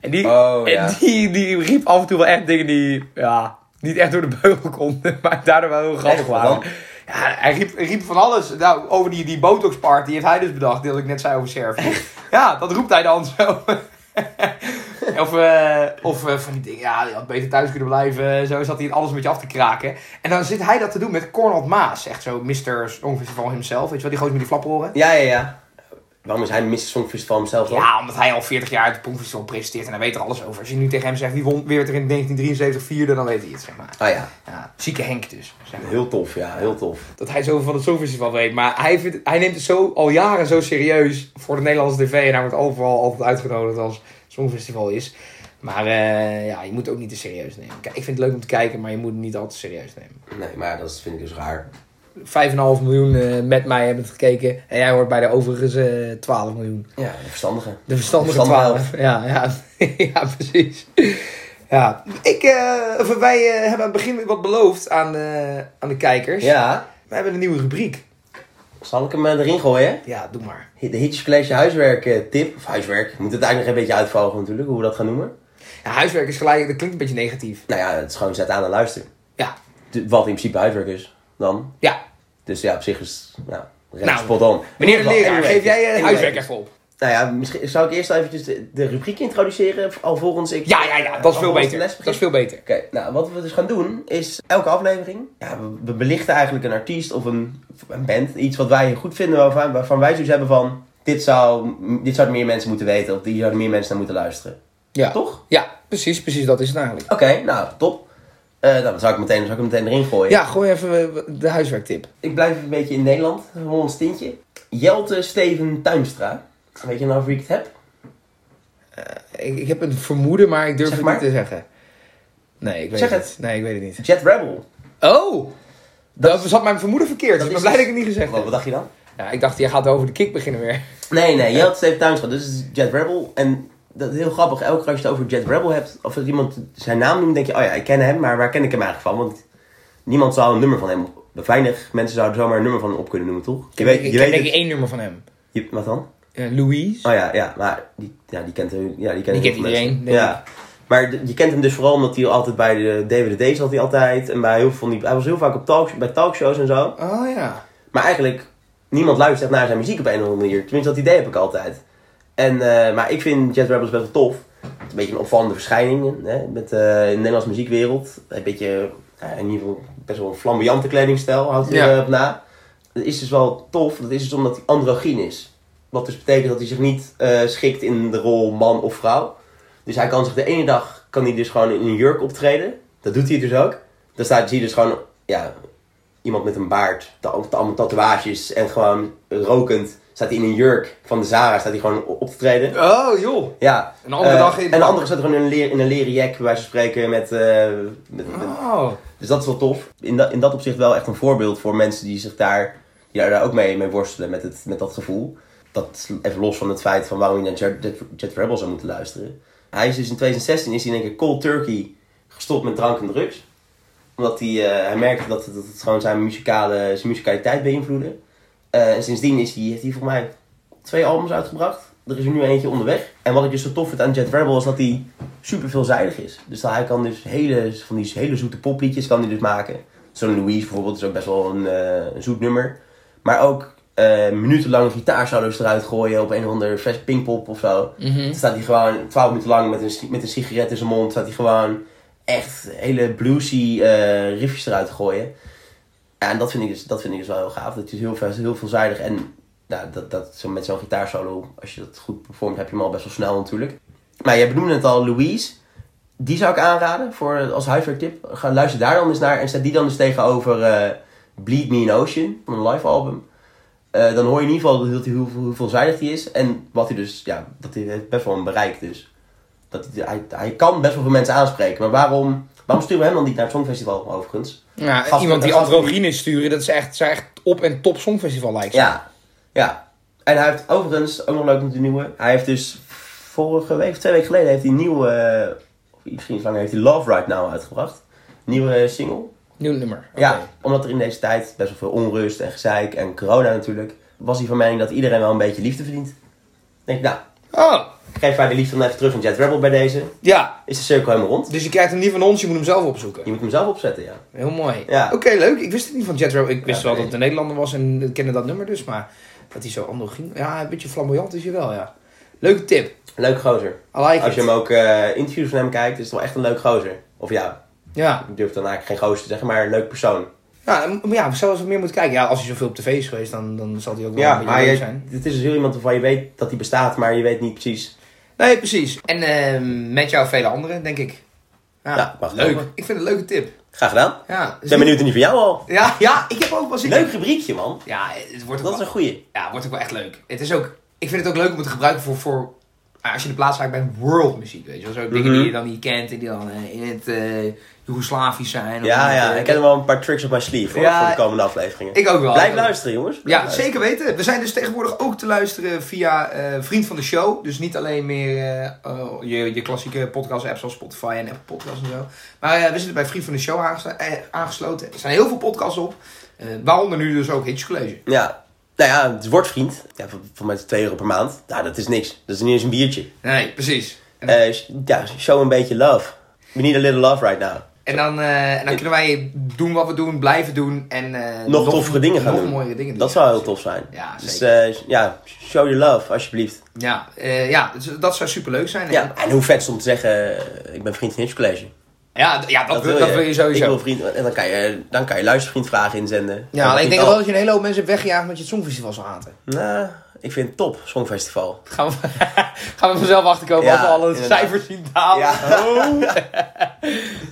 En die, Oh, ja. en die, die riep af en toe wel echt dingen die... Ja, niet echt door de beugel konden, maar daardoor wel heel grappig Echt, waren. wat dan? Ja, hij riep, hij riep van alles. Nou, over die, die Botox party heeft hij dus bedacht, die had ik net zei over Servië. Ja, dat roept hij dan zo. Of, eh, of eh, van die dingen, ja, je had beter thuis kunnen blijven. Zo zat hij het alles met je af te kraken. En dan zit hij dat te doen met Cornel Maas. Echt zo Mr. Songfestival himself. Weet je wel, die gozer met die flaporen. Ja, ja, ja. Waarom is hij Mr. Songfestival hemzelf dan? Ja, omdat hij al 40 jaar het Songfestival presenteert en hij weet er alles over. Als je nu tegen hem zegt, wie won weer er in 1973 vierde, dan weet hij het, zeg maar. Ah ja, Ja, zieke Henk dus. Zeg maar. heel tof, ja, heel tof. Dat hij zoveel van het Songfestival weet. Maar hij, vindt, hij neemt het zo, al jaren zo serieus voor de Nederlandse tv. En hij wordt overal altijd uitgenodigd als het Songfestival is. Maar eh, ja, je moet het ook niet te serieus nemen. Kijk, ik vind het leuk om te kijken, maar je moet het niet al te serieus nemen. Nee, maar dat vind ik dus raar. 5,5 miljoen eh, met mij hebben het gekeken. En jij hoort bij de overigens eh 12 miljoen. Ja, de verstandige. De verstandige De 12. verstandige Ja, ja, ja, precies. Ja, ik, eh, of wij eh, hebben aan het begin wat beloofd aan, eh, aan de kijkers. Ja, We hebben een nieuwe rubriek. zal ik hem eh, erin gooien? Ja, doe maar. De Hitjes College huiswerk eh, tip, of huiswerk, moet het eigenlijk nog een beetje uitvogelen natuurlijk, hoe we dat gaan noemen. Ja, huiswerk is gelijk, dat klinkt een beetje negatief. Nou ja, het is gewoon zet aan en luister. Ja, De- Wat in principe huiswerk is, dan. ja. Dus ja, op zich is, ja, Nou, nou, spot on. Meneer de Wel, leraar, anyway, geef jij eh, anyway. huiswerk even op. Nou ja, misschien zou ik eerst eventjes de, de rubriek introduceren, alvorens ik... Ja, ja, ja, dat is veel alvorens beter. de les Dat begint. is veel beter. Oké, nou wat we dus gaan doen is elke aflevering, ja, we, we belichten eigenlijk een artiest of een, of een band, iets wat wij goed vinden, waarvan, waarvan wij zoiets hebben van, dit, zou, dit zouden meer mensen moeten weten of hier zouden meer mensen naar moeten luisteren. Ja. Toch? Ja, precies, precies, dat is het eigenlijk. Oké, nou top. Eh, nou, dan zou ik, meteen, zou ik hem meteen erin gooien. Ja, gooi even eh, de huiswerktip. Ik blijf een beetje in Nederland, een Hollands tintje. Jelte Steven Tuinstra. Weet je nou wie ik het heb? Ik, ik heb een vermoeden, maar ik durf Zeg het maar. niet te zeggen. Nee, ik weet Zeg het. het. Nee, ik weet het niet. Jet Rebel. Oh! Dat zat mijn vermoeden verkeerd. dus Dat ik ben is- blij dus- Oh, dat ik het niet gezegd Wat, wat heb. dacht je dan? Ja, ik dacht, je gaat over de kick beginnen weer. Nee, nee, Jelte Steven Tuinstra. Dus het is Jet Rebel. En dat is heel grappig. Elke keer als je het over Jet Rebel hebt, of dat iemand zijn naam noemt, denk je, oh ja, ik ken hem, maar waar ken ik hem eigenlijk van? Want niemand zou een nummer van hem op. Weinig mensen zouden zomaar een nummer van hem op kunnen noemen, toch? Je weet, ik je ken weet denk ik het. één nummer van hem. Je- wat dan? Eh, Louise. Oh ja, ja, maar die, ja, die kent hem. Ja, Die die kent, kent heel veel mensen. iedereen, denk Ja. Maar de- je kent hem dus vooral omdat hij altijd bij de DWDD zat hij altijd. En bij heel veel van die, hij was heel vaak op talk, bij talkshows en zo. Oh ja. Maar eigenlijk, niemand luistert naar zijn muziek op een of andere manier. Tenminste, dat idee heb ik altijd. En, eh, maar ik vind Jet Rebels best wel tof. Het is een beetje een opvallende verschijning hè, met, eh, in de Nederlandse muziekwereld. Een beetje, eh, in ieder geval, best wel een flamboyante kledingstijl houdt hij Ja. eh, op na. Dat is dus wel tof. Dat is dus omdat hij androgyn is. Wat dus betekent dat hij zich niet eh, schikt in de rol man of vrouw. Dus hij kan zich de ene dag, kan hij dus gewoon in een jurk optreden. Dat doet hij dus ook. Dan staat, zie je dus gewoon, ja, iemand met een baard, ta- allemaal tatoeages en gewoon rokend staat hij in een jurk van de Zara, staat hij gewoon op te treden. Oh, joh. Ja. Een andere Eh, dag in- En de andere staat gewoon in een, leer, in een leren jack, bij wijze van spreken, met, eh, met, met- Oh. Dus dat is wel tof. In, dat in dat opzicht wel echt een voorbeeld voor mensen die zich daar, die daar ook mee, mee worstelen met, het, met dat gevoel. Dat even los van het feit van waarom je naar Jet, Jet, Jet Rebel zou moeten luisteren. Hij is dus in 2016 is hij in één keer cold turkey gestopt met drank en drugs. Omdat hij, eh, hij merkte dat het, dat het gewoon zijn, muzikale, zijn muzikaliteit beïnvloedde. Eh, en sindsdien is hij, heeft hij volgens mij twee albums uitgebracht. Er is er nu eentje onderweg. En wat ik dus zo tof vind aan Jet Rebel is dat hij super veelzijdig is. Dus dat hij kan dus hele, van die hele zoete popliedjes kan hij dus maken. Zo'n Louise bijvoorbeeld is ook best wel een, eh, een zoet nummer. Maar ook eh, minutenlange gitaarsolo's eruit gooien op een of ander vers pinkpop of zo. Dan staat hij gewoon 12 minuten lang met een, si- met een sigaret in zijn mond. Staat hij gewoon echt hele bluesy eh, riffjes eruit te gooien. Ja, en dat vind ik dus, dat vind ik dus wel heel gaaf. Dat is heel, veel- heel veelzijdig. En nou, dat, dat, zo met zo'n gitaarsolo, als je dat goed performt, heb je hem al best wel snel natuurlijk. Maar jij benoemde het al, Louise. Die zou ik aanraden voor, als huiswerktip. Ga, luister daar dan eens naar en zet die dan eens tegenover eh, Bleed Me an Ocean, van een live album. Eh, dan hoor je in ieder geval dat hij hoe, hoe veelzijdig hij is. En wat hij dus, ja, dat hij heeft best wel een bereik dus. Dat hij, hij, hij kan best wel veel mensen aanspreken. Maar waarom, waarom sturen we hem dan niet naar het Songfestival overigens? Ja, Gast- iemand die gast- androgyne sturen, dat is echt, zijn echt op- en top songfestival lijkt. Ja, ja. En hij heeft overigens, ook nog leuk met de nieuwe, hij heeft dus vorige week, twee weken geleden, heeft hij een nieuwe, eh, of misschien iets langer, heeft hij Love Right Now uitgebracht. Nieuwe eh, single. Nieuw nummer. Oké. Ja, omdat er in deze tijd best wel veel onrust en gezeik en corona natuurlijk, was hij van mening dat iedereen wel een beetje liefde verdient. Ik denk, nou, Oh, geef mij de liefde dan even terug van Jet Rebel bij deze. ja. Is de cirkel helemaal rond. Dus je krijgt hem niet van ons, je moet hem zelf opzoeken. Je moet hem zelf opzetten, ja. Heel mooi. Ja. Oké, leuk. Ik wist het niet van Jet Rebel. Ik wist Ja, wel nee. dat het een Nederlander was en ik kende dat nummer dus. Maar dat hij zo androgyn... Ja, een beetje flamboyant is hij wel, ja. Leuke tip. Leuk gozer. I like Als je it. hem ook eh, interviews van hem kijkt, is het wel echt een leuk gozer. Of ja, Ja. ik durf dan eigenlijk geen gozer te zeggen, maar een leuk persoon. Ja, m- maar ja, zoals we meer moeten kijken. Ja, als hij zoveel op tv is geweest, dan, dan zal hij ook wel een Ja, beetje maar leuk je- zijn. het is dus heel iemand waarvan je weet dat hij bestaat, maar je weet niet precies. Nee, precies. En ehm, met jou vele anderen, denk ik. Ja, Ja, mag leuk. komen. Ik vind het een leuke tip. Graag gedaan. Ja, Ik ben benieuwd in die van jou al. Ja, ja, ik heb ook wel zin in. Leuk rubriekje, man. Ja, het wordt ook, Dat is wel, een goeie. ja, het wordt ook wel echt leuk. Het is ook, ik vind het ook leuk om het te gebruiken voor, voor ah, als je de plaats raakt bij worldmuziek, weet je wel. Zo Mhm. dingen die je dan niet kent en die dan eh, in het eh Joegoslavisch zijn. of in Ja, het, ja. eh, Ik heb wel een paar tricks op mijn sleeve hoor, Ja, voor de komende afleveringen. ik ook wel. Blijf Ik ook. luisteren, jongens. Blijf Ja, luisteren. zeker weten. We zijn dus tegenwoordig ook te luisteren via eh, Vriend van de Show. Dus niet alleen meer eh, eh, je, je klassieke podcast-apps zoals Spotify en Apple Podcasts en zo. Maar eh, we zitten bij Vriend van de Show aangeslo- eh, aangesloten. Er zijn heel veel podcasts op. eh, waaronder nu dus ook Hitch College. Ja. Nou ja, het wordt vriend. Ja, voor, voor mij is het 2 euro per maand. Nou, dat is niks. Dat is niet eens een biertje. Nee, precies. En dan, Eh, sh- ja, show een beetje love. We need a little love right now. en dan, eh, en dan kunnen wij doen wat we doen, blijven doen. En, eh, Nog, toffere dingen gaan nog doen. mooiere dingen doen. Dat zou heel tof zijn. Ja, Dus eh, ja, show your love, alsjeblieft. Ja, eh, ja dus dat zou superleuk zijn. Ja, en hoe vet is om te zeggen, eh, ik ben vriend van Hitch College. ja, d- ja dat, wil, dat wil je sowieso. Ik wil vriend, en dan kan je, dan kan je luistervriendvragen inzenden. ja, alleen ik denk wel dat je een hele hoop mensen hebt weggejaagd met je het Songfestival zou haten. Nou, ik vind het top, Songfestival. Gaan we, gaan we vanzelf achterkomen Ja, als we alle inderdaad. cijfers zien dalen. Oh. Ja.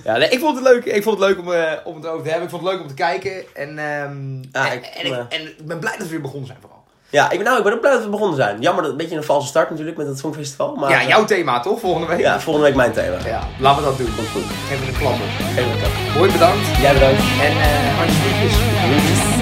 Ja, nee, ik vond het leuk, ik vond het leuk om, eh, om het over te hebben. Ik vond het leuk om te kijken. En, ehm, Ah, en, ik- en, ik, en ik ben blij dat we weer begonnen zijn vooral. Ja, ik ben, nou, ik ben ook blij dat we begonnen zijn. Jammer, dat een beetje een valse start natuurlijk met het Songfestival. Maar, Ja, jouw thema toch, volgende week? Ja, volgende week mijn thema. Ja, laten we dat doen. Komt goed. Geef me een klap op. Geen dank. Mooi bedankt. Jij bedankt. En eh hartstikke groetjes.